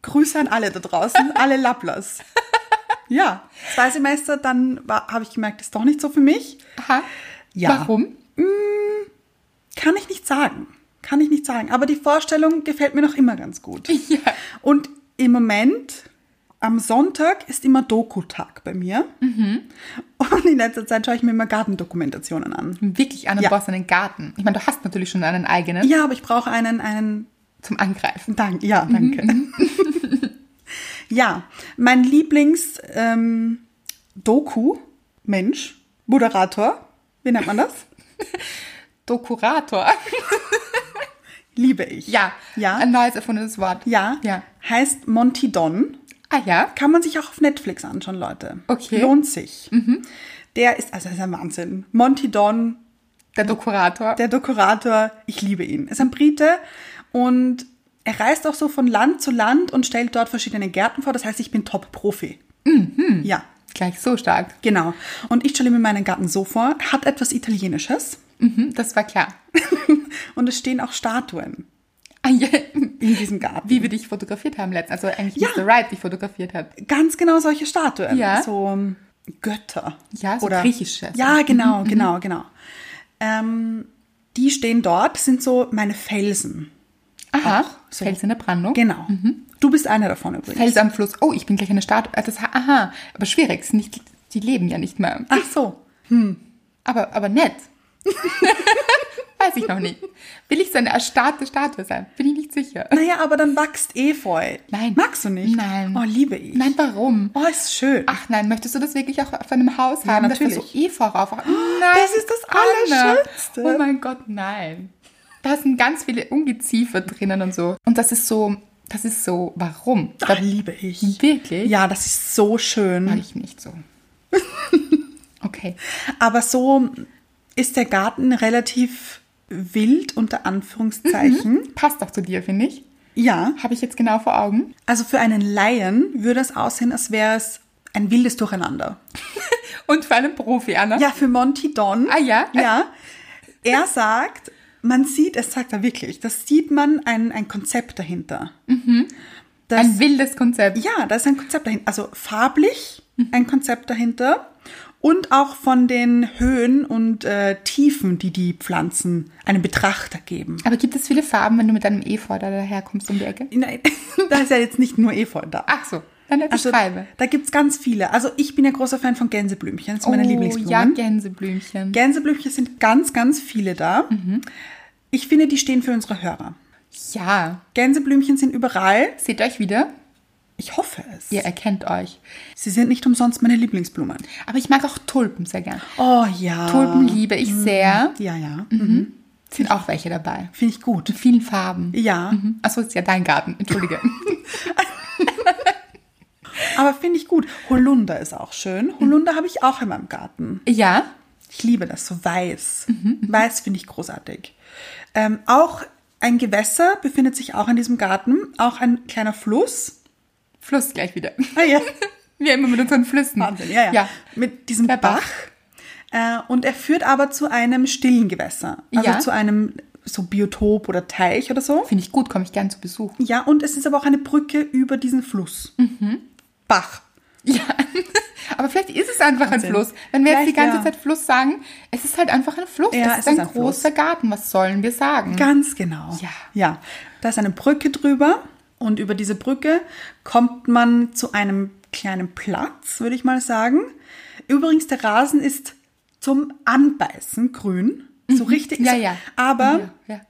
A: Grüße an alle da draußen, alle Lapplers. Ja, zwei Semester, dann war- habe ich gemerkt, ist doch nicht so für mich.
B: Aha.
A: Ja.
B: Warum?
A: Kann ich nicht sagen. Kann ich nicht sagen. Aber die Vorstellung gefällt mir noch immer ganz gut. Ja. Und im Moment, am Sonntag, ist immer Doku-Tag bei mir. Und in letzter Zeit schaue ich mir immer Gartendokumentationen an.
B: Wirklich, Anne,
A: Ja.
B: du brauchst einen Garten. Ich meine, du hast natürlich schon einen eigenen
A: Ja, aber ich brauche einen, einen
B: zum Angreifen.
A: Dank, ja, danke.
B: Mhm.
A: ja, mein ähm, Lieblings-Doku-Mensch, Moderator, wie nennt man das?
B: Dokurator.
A: Liebe ich.
B: Ja.
A: Ja.
B: Ein neues erfundenes Wort.
A: Ja,
B: Ja.
A: heißt Monty Don.
B: Ah ja.
A: Kann man sich auch auf Netflix anschauen, Leute.
B: Okay. Mhm.
A: Lohnt sich. Der ist, also das ist ein Wahnsinn. Monty Don,
B: Der Dokurator.
A: der Dekorator, ich liebe ihn. Ist ein Brite und er reist auch so von Land zu Land und stellt dort verschiedene Gärten vor. Das heißt, ich bin Top-Profi.
B: Mhm.
A: Ja,
B: Gleich so stark.
A: genau. Und ich stelle mir meinen Garten so vor, hat etwas Italienisches
B: Mhm, das war klar.
A: und es stehen auch Statuen
B: Ah, ja.
A: in diesem Garten.
B: Wie wir dich fotografiert haben letztens. Also eigentlich
A: Ja.
B: Mr. Right dich fotografiert hat.
A: Ganz genau solche Statuen.
B: Ja.
A: So ähm, Götter.
B: Ja, so griechische. Mhm.
A: Ja, genau, genau, genau. Ähm, die stehen dort, sind so meine Felsen.
B: Aha,
A: so.
B: Fels in der Brandung.
A: Genau.
B: Mhm.
A: Du bist einer davon übrigens.
B: Fels am Fluss. Oh, ich bin gleich eine Statue. Ah, Das, aha, aber schwierig. es Sind nicht, die leben ja nicht mehr.
A: Ach so.
B: Aber, aber nett. Weiß ich noch nicht. Will ich so eine erstarrte Statue sein? Bin ich nicht sicher.
A: Naja, aber dann wächst Efeu.
B: Nein.
A: Magst du nicht?
B: Nein.
A: Oh, liebe ich.
B: Nein, warum?
A: Oh, ist schön.
B: Ach nein, möchtest du das wirklich auch auf deinem Haus haben? dass da
A: natürlich. Oh,
B: so Eva rauf. Nein,
A: das ist das
B: Anna.
A: Allerschönste.
B: Oh mein Gott, nein. Da sind ganz viele Ungeziefer drinnen und so. Und das ist so, das ist so, warum?
A: Da liebe ich.
B: Wirklich?
A: Ja, das ist so
B: Mag
A: schön.
B: ich nicht so. Okay.
A: Aber so ist der Garten relativ wild unter Anführungszeichen.
B: Passt auch zu dir, finde ich.
A: Ja.
B: Habe ich jetzt genau vor Augen.
A: Also für einen Laien würde es aussehen, als wäre es ein wildes Durcheinander.
B: Und für einen Profi, Anna.
A: Ja, für Monty Don.
B: Ah, ja?
A: Ja. Er sagt, man sieht, es sagt er wirklich, das sieht man ein, ein Konzept dahinter. Das,
B: Mhm. Ein wildes Konzept.
A: ja, da ist ein Konzept dahinter. Also farblich ein Konzept dahinter und auch von den Höhen und äh, Tiefen, die die Pflanzen einem Betrachter geben.
B: Aber gibt es viele Farben, wenn du mit deinem Efeu da daherkommst um die Ecke?
A: Nein, Ah, da ist ja jetzt nicht nur Efeu da.
B: Ach so, dann
A: Also,
B: beschreibe.
A: da gibt's ganz viele. Also ich bin ja großer Fan von Gänseblümchen. Das sind meine Lieblingsblumen.
B: Oh, ja, Gänseblümchen.
A: Gänseblümchen sind ganz, ganz viele da. Ich finde, die stehen für unsere Hörer.
B: ja,
A: Gänseblümchen sind überall.
B: seht euch wieder.
A: Ich hoffe es.
B: Ihr erkennt euch.
A: Sie sind nicht umsonst meine Lieblingsblume.
B: Aber ich mag auch Tulpen sehr gern.
A: Oh ja.
B: Tulpen liebe
A: Mhm.
B: ich sehr.
A: Ja, ja.
B: Sind auch welche dabei.
A: Finde ich gut.
B: In vielen Farben.
A: Ja.
B: Mhm. Achso, ist ja dein Garten. Entschuldige. Mhm.
A: Aber finde ich gut. Holunder ist auch schön. Holunder habe ich auch in meinem Garten.
B: ja?
A: Ich liebe das, so weiß.
B: Mhm,
A: Weiß finde ich großartig. Ähm, auch ein Gewässer befindet sich auch in diesem Garten, auch ein kleiner Fluss.
B: Fluss gleich wieder.
A: Ah ja,
B: Wir immer mit unseren Flüssen.
A: Wahnsinn, ja, ja. Mit diesem
B: Der Bach.
A: Bach. Äh, und er führt aber zu einem stillen Gewässer. Also
B: Ja.
A: zu einem so Biotop oder Teich oder so.
B: Finde ich gut, komme ich gern zu Besuch.
A: Ja, und es ist aber auch eine Brücke über diesen Fluss.
B: Mhm.
A: Bach.
B: Ja. Aber vielleicht ist es einfach ein
A: Wahnsinn.
B: Fluss. Wenn wir jetzt die
A: Vielleicht,
B: ganze
A: ja.
B: Zeit Fluss sagen, es ist halt einfach ein Fluss.
A: Ja,
B: es ist ein, großer Garten. Was sollen wir sagen?
A: Ganz genau.
B: Mhm. Ja.
A: Ja. Da ist eine Brücke drüber und über diese Brücke kommt man zu einem kleinen Platz, würde ich mal sagen. Übrigens, der Rasen ist zum Anbeißen grün. So richtig.
B: Mhm. Ja, ja.
A: Aber
B: ja, ja.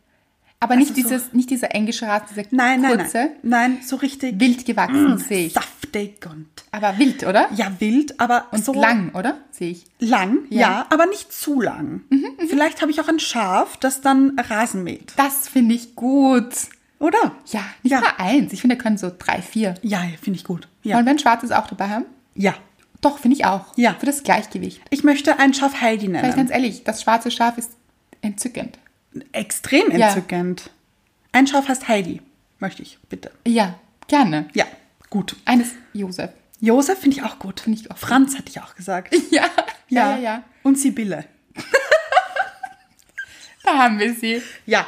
B: Aber nicht,
A: Also so-
B: dieses, nicht dieser englische Rasen, dieser
A: nein, nein,
B: kurze,
A: nein. Nein, so richtig
B: wild gewachsen, sehe ich.
A: saftig und
B: Aber wild, oder?
A: ja, wild, aber
B: Und
A: so
B: lang, oder? Sehe ich.
A: Lang, ja,
B: Ja. Mhm,
A: aber nicht zu lang. Vielleicht habe ich auch ein Schaf, das dann Rasen mäht.
B: Das finde ich gut.
A: Oder?
B: Ja, nicht
A: Ja.
B: mal eins. Ich finde, da können so drei, vier.
A: Ja, ja, finde ich gut. Ja.
B: Wollen wir ein schwarzes auch dabei haben?
A: ja.
B: Doch, finde ich auch.
A: Ja.
B: Für das Gleichgewicht.
A: Ich möchte ein Schaf Heidi nennen.
B: Vielleicht ganz ehrlich, das schwarze Schaf ist entzückend.
A: Extrem
B: Ja.
A: entzückend. Ein Schaf heißt Heidi. Möchte ich, bitte.
B: Ja, gerne.
A: Ja, gut.
B: Eines Josef.
A: Josef finde ich auch gut.
B: Finde ich auch gut.
A: Franz hatte ich auch gesagt.
B: Ja, ja, ja, ja.
A: Und Sibylle.
B: Da haben wir sie.
A: Ja.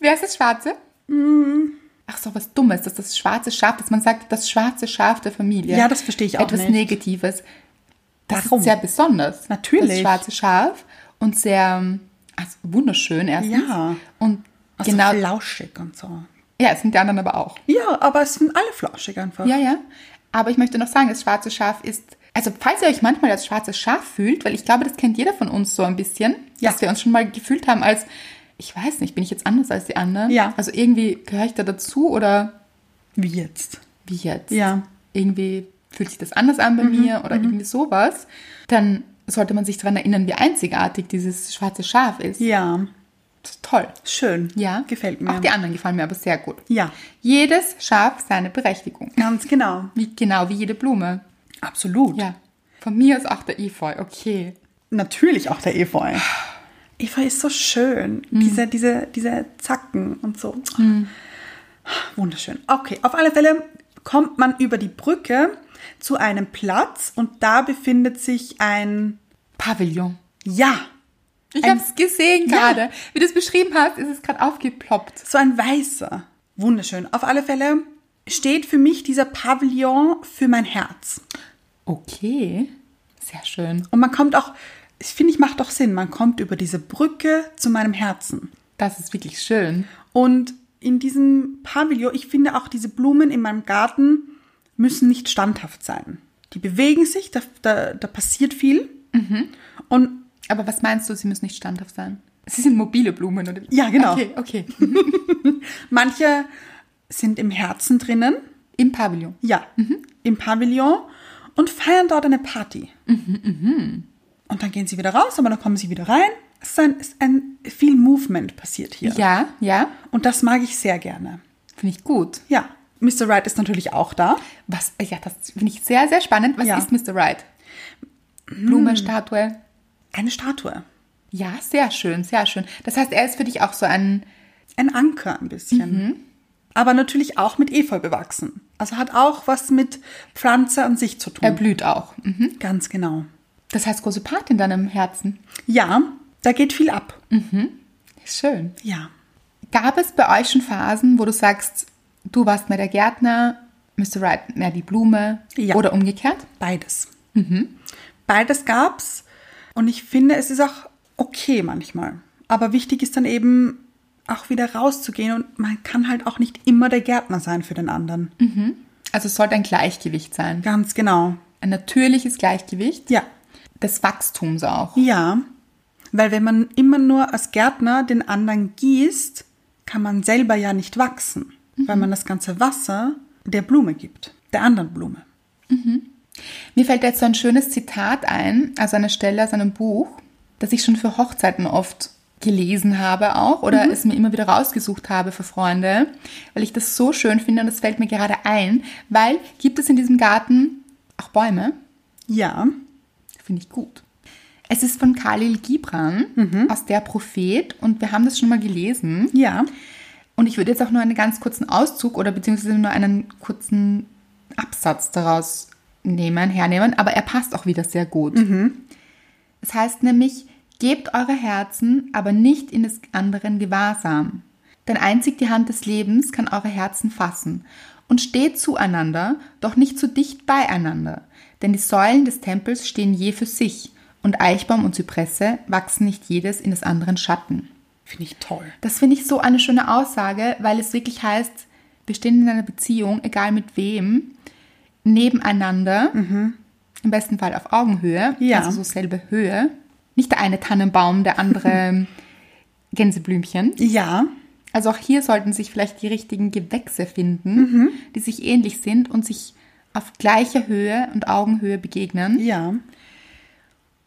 B: Wer ist das Schwarze?
A: Mm.
B: Ach so, was Dummes, dass das schwarze Schaf, dass man sagt, das schwarze Schaf der Familie.
A: Ja, das verstehe ich auch
B: Etwas
A: nicht.
B: Negatives. Das
A: Warum?
B: ist sehr besonders.
A: Natürlich.
B: Das schwarze Schaf und sehr ähm, also wunderschön erstens.
A: Ja.
B: Und
A: Also
B: genau,
A: flauschig und so.
B: ja, es sind die anderen aber auch.
A: Ja, aber es sind alle flauschig einfach.
B: Ja, ja. Aber ich möchte noch sagen, das schwarze Schaf ist, also falls ihr euch manchmal als schwarzes Schaf fühlt, weil ich glaube, das kennt jeder von uns so ein bisschen,
A: Ja.
B: dass wir uns schon mal gefühlt haben als, ich weiß nicht, bin ich jetzt anders als die anderen?
A: Ja.
B: Also irgendwie gehöre ich da dazu oder
A: Wie jetzt.
B: wie jetzt?
A: Ja. Mhm.
B: Irgendwie fühlt sich das anders an bei mir oder irgendwie sowas. Dann sollte man sich daran erinnern, wie einzigartig dieses schwarze Schaf ist.
A: Ja.
B: Das ist toll.
A: Schön.
B: Ja.
A: Gefällt mir.
B: Auch die anderen gefallen mir aber sehr gut.
A: Ja.
B: Jedes Schaf seine Berechtigung.
A: Ganz genau.
B: Wie, genau wie jede Blume.
A: Absolut.
B: Ja, von mir ist auch der Efeu, okay.
A: Natürlich auch der Efeu. Mhm. Efeu ist so schön. Diese, diese, diese Zacken und so. Wunderschön. Okay, auf alle Fälle kommt man über die Brücke zu einem Platz und da befindet sich ein
B: Pavillon.
A: Ja,
B: Ich
A: Ein-
B: habe es gesehen
A: Ja.
B: gerade. Wie du es beschrieben hast, ist es gerade aufgeploppt.
A: so ein weißer. Wunderschön. Auf alle Fälle steht für mich dieser Pavillon für mein Herz.
B: Okay, sehr schön.
A: Und man kommt auch, ich finde, ich macht doch Sinn, man kommt über diese Brücke zu meinem Herzen.
B: Das ist wirklich schön.
A: Und in diesem Pavillon, ich finde auch diese Blumen in meinem Garten müssen nicht standhaft sein. Die bewegen sich, da, da, da passiert viel. Und
B: Aber was meinst du, sie müssen nicht standhaft sein? Sie sind mobile Blumen, oder? wie?
A: Ja, genau.
B: Okay, okay.
A: manche sind im Herzen drinnen,
B: Im Pavillon.
A: ja, im Pavillon und feiern dort eine Party. Und dann gehen sie wieder raus, aber dann kommen sie wieder rein. Es ist ein, es ist ein viel Movement passiert hier.
B: Ja, ja,
A: Und das mag ich sehr gerne.
B: finde ich gut.
A: Ja, Mr. Right ist natürlich auch da.
B: Was, ja, das finde ich sehr, sehr spannend. Was
A: Ja.
B: ist Mr. Right? Blume, Statue.
A: Eine Statue.
B: Ja, sehr schön, sehr schön. Das heißt, er ist für dich auch so ein
A: ein Anker ein bisschen. Aber natürlich auch mit Efeu bewachsen. Also hat auch was mit Pflanze an sich zu
B: Er
A: tun.
B: blüht auch. Mhm.
A: Ganz genau.
B: Das heißt große Part in deinem Herzen.
A: Ja, da geht viel ab.
B: Schön.
A: Ja.
B: Gab es bei euch schon Phasen, wo du sagst, du warst mehr der Gärtner, Mr. Wright mehr die Blume
A: Ja.
B: oder umgekehrt?
A: Beides. Beides gab's. Und ich finde, es ist auch okay manchmal. Aber wichtig ist dann eben auch wieder rauszugehen und man kann halt auch nicht immer der Gärtner sein für den anderen.
B: Also es sollte ein Gleichgewicht sein.
A: Ganz genau.
B: Ein natürliches Gleichgewicht
A: Ja.
B: des Wachstums auch.
A: Ja. Weil wenn man immer nur als Gärtner den anderen gießt, kann man selber ja nicht wachsen, weil man das ganze Wasser der Blume gibt, der anderen Blume.
B: Mir fällt jetzt so ein schönes Zitat ein, also eine Stelle aus einem Buch, das ich schon für Hochzeiten oft gelesen habe auch oder es mir immer wieder rausgesucht habe für Freunde, weil ich das so schön finde und das fällt mir gerade ein, weil gibt es in diesem Garten auch Bäume?
A: Ja,
B: Finde ich gut. Es ist von Khalil Gibran aus Der Prophet und wir haben das schon mal gelesen.
A: Ja.
B: Und ich würde jetzt auch nur einen ganz kurzen Auszug oder beziehungsweise nur einen kurzen Absatz daraus nehmen, hernehmen, aber er passt auch wieder sehr gut. Es heißt nämlich, gebt eure Herzen, aber nicht in des anderen Gewahrsam. Denn einzig die Hand des Lebens kann eure Herzen fassen. Und steht zueinander, doch nicht zu dicht beieinander. Denn die Säulen des Tempels stehen je für sich. Und Eichbaum und Zypresse wachsen nicht jedes in des anderen Schatten.
A: Finde ich toll.
B: Das finde ich so eine schöne Aussage, weil es wirklich heißt, wir stehen in einer Beziehung, egal mit wem, nebeneinander, im besten Fall auf Augenhöhe,
A: Ja.
B: also so selbe Höhe. Nicht der eine Tannenbaum, der andere Gänseblümchen.
A: Ja.
B: Also auch hier sollten sich vielleicht die richtigen Gewächse finden, die sich ähnlich sind und sich auf gleicher Höhe und Augenhöhe begegnen.
A: Ja.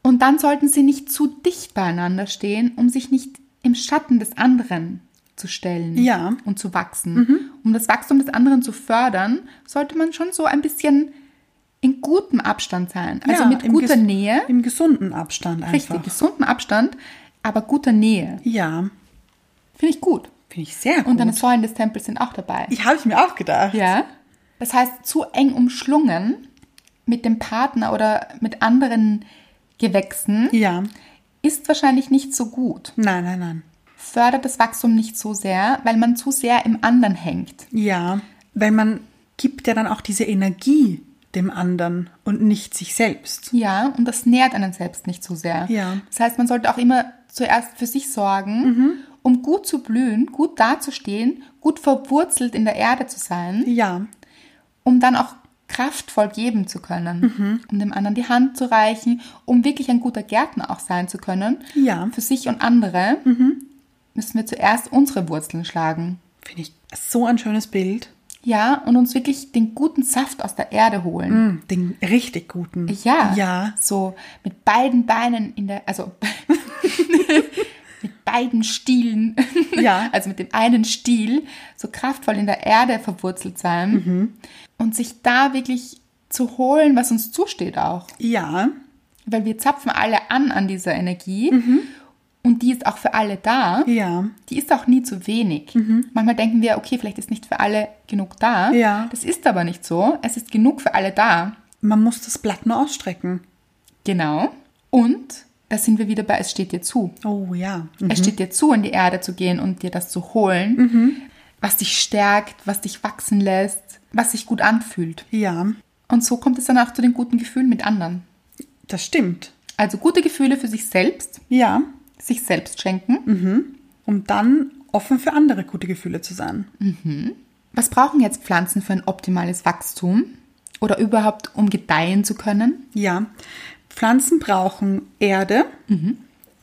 B: Und dann sollten sie nicht zu dicht beieinander stehen, um sich nicht im Schatten des anderen zu stellen
A: Ja. Mhm.
B: und zu wachsen. Um das Wachstum des anderen zu fördern, sollte man schon so ein bisschen in gutem Abstand sein. Also
A: ja,
B: mit
A: im
B: guter
A: ges-
B: Nähe,
A: Im gesunden Abstand einfach.
B: richtig gesunden Abstand, aber guter Nähe.
A: Ja.
B: Finde ich gut.
A: Finde ich sehr gut.
B: Und deine Säulen des Tempels sind auch dabei.
A: ich habe ich mir auch gedacht.
B: Ja. Das heißt, zu eng umschlungen mit dem Partner oder mit anderen Gewächsen
A: Ja.
B: ist wahrscheinlich nicht so gut.
A: Nein, nein, nein.
B: Fördert das Wachstum nicht so sehr, weil man zu sehr im anderen hängt.
A: Ja. Weil man gibt ja dann auch diese Energie dem anderen und nicht sich selbst.
B: Ja, und das nährt einen selbst nicht so sehr.
A: Ja. Mhm.
B: Das heißt, man sollte auch immer zuerst für sich sorgen, um gut zu blühen, gut dazustehen, gut verwurzelt in der Erde zu sein.
A: Ja.
B: um dann auch kraftvoll geben zu können,
A: Mhm.
B: um dem anderen die Hand zu reichen, um wirklich ein guter Gärtner auch sein zu können.
A: Ja. Mhm.
B: Für sich und andere müssen wir zuerst unsere Wurzeln schlagen.
A: Finde ich so ein schönes Bild.
B: Ja, und uns wirklich den guten Saft aus der Erde holen.
A: Hm, Den richtig guten.
B: Ja.
A: Ja.
B: So mit beiden Beinen in der, also mit beiden Stielen.
A: Ja.
B: Also mit dem einen Stiel so kraftvoll in der Erde verwurzelt sein
A: Mhm.
B: und sich da wirklich zu holen, was uns zusteht auch.
A: Ja.
B: Weil wir zapfen alle an an dieser Energie
A: Mhm.
B: und die ist auch für alle da.
A: Ja.
B: Die ist auch nie zu wenig.
A: Mhm.
B: Manchmal denken wir, okay, vielleicht ist nicht für alle genug da.
A: Ja.
B: Das ist aber nicht so. Es ist genug für alle da.
A: Man muss das Blatt nur ausstrecken.
B: Genau. Und da sind wir wieder bei, es steht dir zu.
A: Oh ja. Mhm.
B: Es steht dir zu, in die Erde zu gehen und dir das zu holen, was dich stärkt, was dich wachsen lässt, was sich gut anfühlt.
A: Ja.
B: Und so kommt es dann auch zu den guten Gefühlen mit anderen.
A: Das stimmt.
B: Also gute Gefühle für sich selbst,
A: Ja.
B: sich selbst schenken.
A: Um dann offen für andere gute Gefühle zu sein.
B: Was brauchen jetzt Pflanzen für ein optimales Wachstum oder überhaupt, um gedeihen zu können?
A: Ja, Pflanzen brauchen Erde,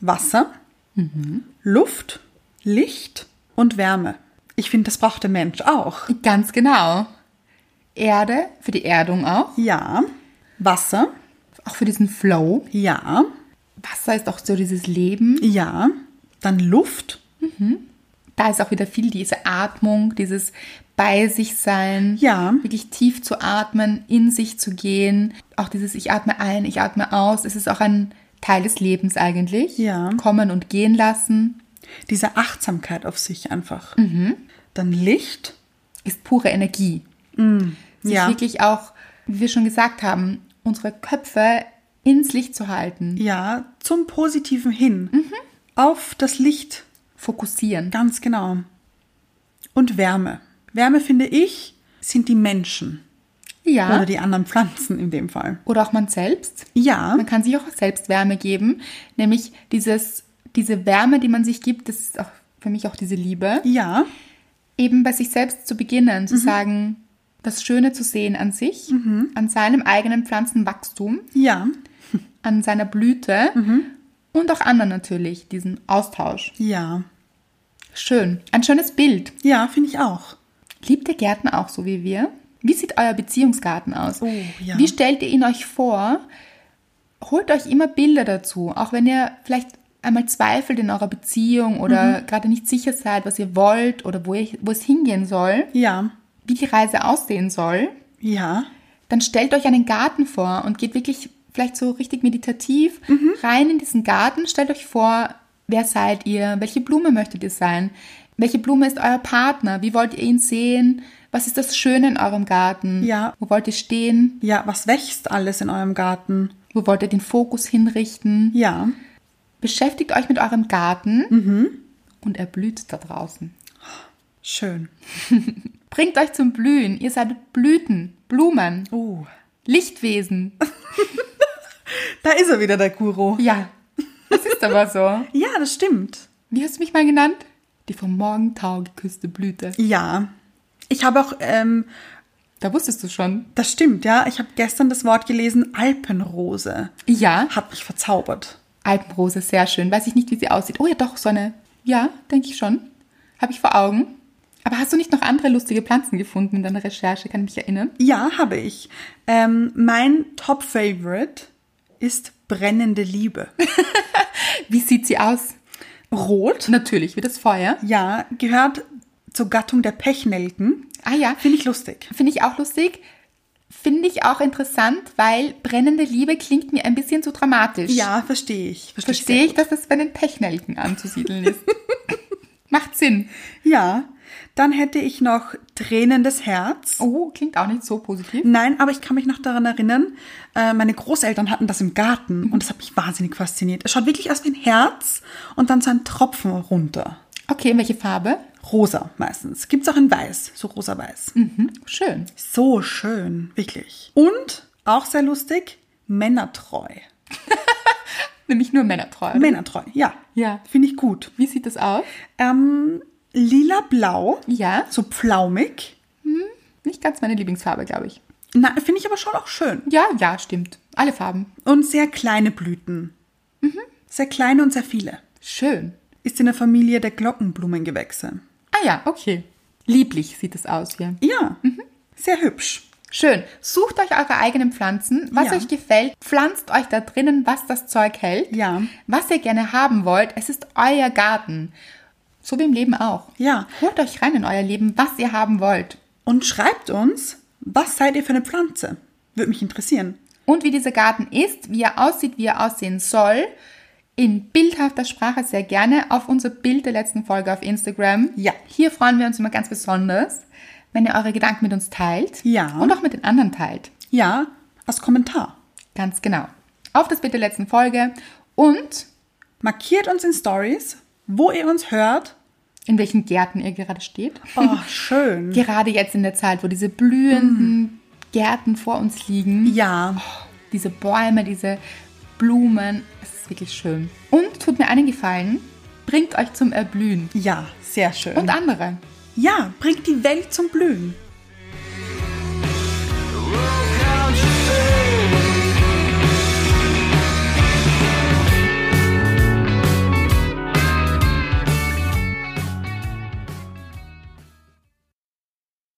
A: Wasser, Luft, Licht und Wärme. Ich finde, das braucht der Mensch auch.
B: Ganz genau. Erde für die Erdung auch,
A: Ja, Wasser,
B: auch für diesen Flow.
A: ja,
B: Wasser ist auch so dieses Leben.
A: ja, dann Luft,
B: Da ist auch wieder viel diese Atmung, dieses bei sich sein,
A: Ja.
B: wirklich tief zu atmen, in sich zu gehen. Auch dieses ich atme ein, ich atme aus. Es ist auch ein Teil des Lebens eigentlich.
A: Ja.
B: Kommen und gehen lassen
A: diese Achtsamkeit auf sich einfach. Dann Licht,
B: ist pure Energie. sich
A: Mm, ja,
B: wirklich auch, wie wir schon gesagt haben, unsere Köpfe ins Licht zu halten,
A: ja, zum Positiven hin. Auf das Licht
B: fokussieren.
A: Ganz genau. Und Wärme. Wärme, finde ich, sind die Menschen
B: Ja.
A: oder
B: Oder,
A: die anderen Pflanzen in dem Fall.
B: auch man selbst.
A: Ja,
B: Man kann sich auch selbst Wärme geben, nämlich dieses, diese Wärme, die man sich gibt, das ist auch für mich auch diese Liebe,
A: ja,
B: eben bei sich selbst zu beginnen, zu sagen, das Schöne zu sehen an sich, an seinem eigenen Pflanzenwachstum,
A: ja,
B: an seiner Blüte und auch anderen natürlich, diesen Austausch.
A: ja.
B: Schön. Ein schönes Bild.
A: Ja, finde ich auch.
B: Liebt ihr Gärten auch so wie wir? Wie sieht euer Beziehungsgarten aus?
A: Oh, ja.
B: Wie stellt ihr ihn euch vor? Holt euch immer Bilder dazu, auch wenn ihr vielleicht einmal zweifelt in eurer Beziehung
A: Mhm.
B: oder gerade nicht sicher seid, was ihr wollt oder wo, ihr, wo es hingehen soll,
A: Ja,
B: wie die Reise aussehen soll.
A: ja,
B: Dann stellt euch einen Garten vor und geht wirklich vielleicht so richtig meditativ rein in diesen Garten. Stellt euch vor, wer seid ihr? Welche Blume möchtet ihr sein? Welche Blume ist euer Partner? Wie wollt ihr ihn sehen? Was ist das Schöne in eurem Garten?
A: Ja.
B: Wo wollt ihr stehen?
A: Ja, was wächst alles in eurem Garten?
B: Wo wollt ihr den Fokus hinrichten?
A: Ja.
B: Beschäftigt euch mit eurem Garten und er blüht da draußen.
A: Schön.
B: Bringt euch zum Blühen. Ihr seid Blüten, Blumen,
A: Uh.
B: Lichtwesen.
A: Da ist er wieder, der Guru.
B: Ja, das ist aber so.
A: Ja, das stimmt.
B: Wie hast du mich mal genannt? Die vom Morgentau geküsste Blüte.
A: Ja. Ich habe auch, ähm,
B: Da wusstest du schon.
A: das stimmt, ja. Ich habe gestern das Wort gelesen, Alpenrose.
B: Ja,
A: Hat mich verzaubert.
B: Alpenrose, sehr schön. Weiß ich nicht, wie sie aussieht. Oh ja, doch, so eine. Ja, denke ich schon. Habe ich vor Augen. Aber hast du nicht noch andere lustige Pflanzen gefunden in deiner Recherche? Kann ich mich erinnern.
A: Ja, habe ich. Ähm, mein Top-Favorite ist brennende Liebe.
B: Wie sieht sie aus?
A: Rot.
B: Natürlich, wie das Feuer.
A: Ja, gehört zur Gattung der Pechnelken.
B: Ah ja,
A: Finde ich lustig.
B: Finde ich auch lustig. Finde ich auch interessant, weil brennende Liebe klingt mir ein bisschen zu dramatisch.
A: Ja, verstehe ich. Verstehe ich
B: Verstehe ich, dass das bei den Pechnelken anzusiedeln ist. Macht Sinn.
A: sehr. Ja. Dann hätte ich noch tränendes Herz.
B: Oh, klingt auch nicht so positiv.
A: Nein, aber ich kann mich noch daran erinnern, äh, meine Großeltern hatten das im Garten und das hat mich wahnsinnig fasziniert. Es schaut wirklich aus wie ein Herz und dann so ein Tropfen runter.
B: Okay, welche Farbe?
A: Rosa meistens. Gibt's auch in weiß, so rosa-weiß.
B: Hm, schön.
A: So schön, wirklich. Und, auch sehr lustig, männertreu.
B: Nämlich nur Männertreu. oder?
A: Männertreu, ja.
B: Ja.
A: Finde ich gut.
B: Wie sieht das aus?
A: Ähm, lila-blau,
B: Ja,
A: so flaumig.
B: nicht ganz meine Lieblingsfarbe, glaube ich.
A: Na, finde ich aber schon auch schön.
B: Ja, ja, stimmt. Alle Farben.
A: Und sehr kleine Blüten.
B: Mhm.
A: Sehr kleine und sehr viele.
B: Schön.
A: Ist in der Familie der Glockenblumengewächse.
B: Ah ja, okay. Lieblich sieht es aus hier.
A: Ja,
B: Mhm.
A: sehr hübsch.
B: Schön. Sucht euch eure eigenen Pflanzen, was
A: Ja.
B: euch gefällt. Pflanzt euch da drinnen, was das Zeug hält.
A: Ja.
B: Was ihr gerne haben wollt. Es ist euer Garten. So wie im Leben auch.
A: Ja.
B: Holt euch rein in euer Leben, was ihr haben wollt.
A: Und schreibt uns, was seid ihr für eine Pflanze? Würde mich interessieren.
B: Und wie dieser Garten ist, wie er aussieht, wie er aussehen soll. In bildhafter Sprache sehr gerne auf unser Bild der letzten Folge auf Instagram.
A: Ja.
B: Hier freuen wir uns immer ganz besonders, wenn ihr eure Gedanken mit uns teilt.
A: Ja.
B: Und auch mit den anderen teilt.
A: Ja, als Kommentar.
B: Ganz genau. Auf das Bild der letzten Folge und
A: Markiert uns in Stories, wo ihr uns hört.
B: in welchen Gärten ihr gerade steht.
A: Oh, schön.
B: Gerade jetzt in der Zeit, wo diese blühenden Gärten vor uns liegen.
A: Mhm. Ja,
B: Diese Bäume, diese Blumen. Es ist wirklich schön. Und tut mir einen Gefallen, bringt euch zum Erblühen.
A: ja, sehr schön.
B: Und andere.
A: ja, bringt die Welt zum Blühen.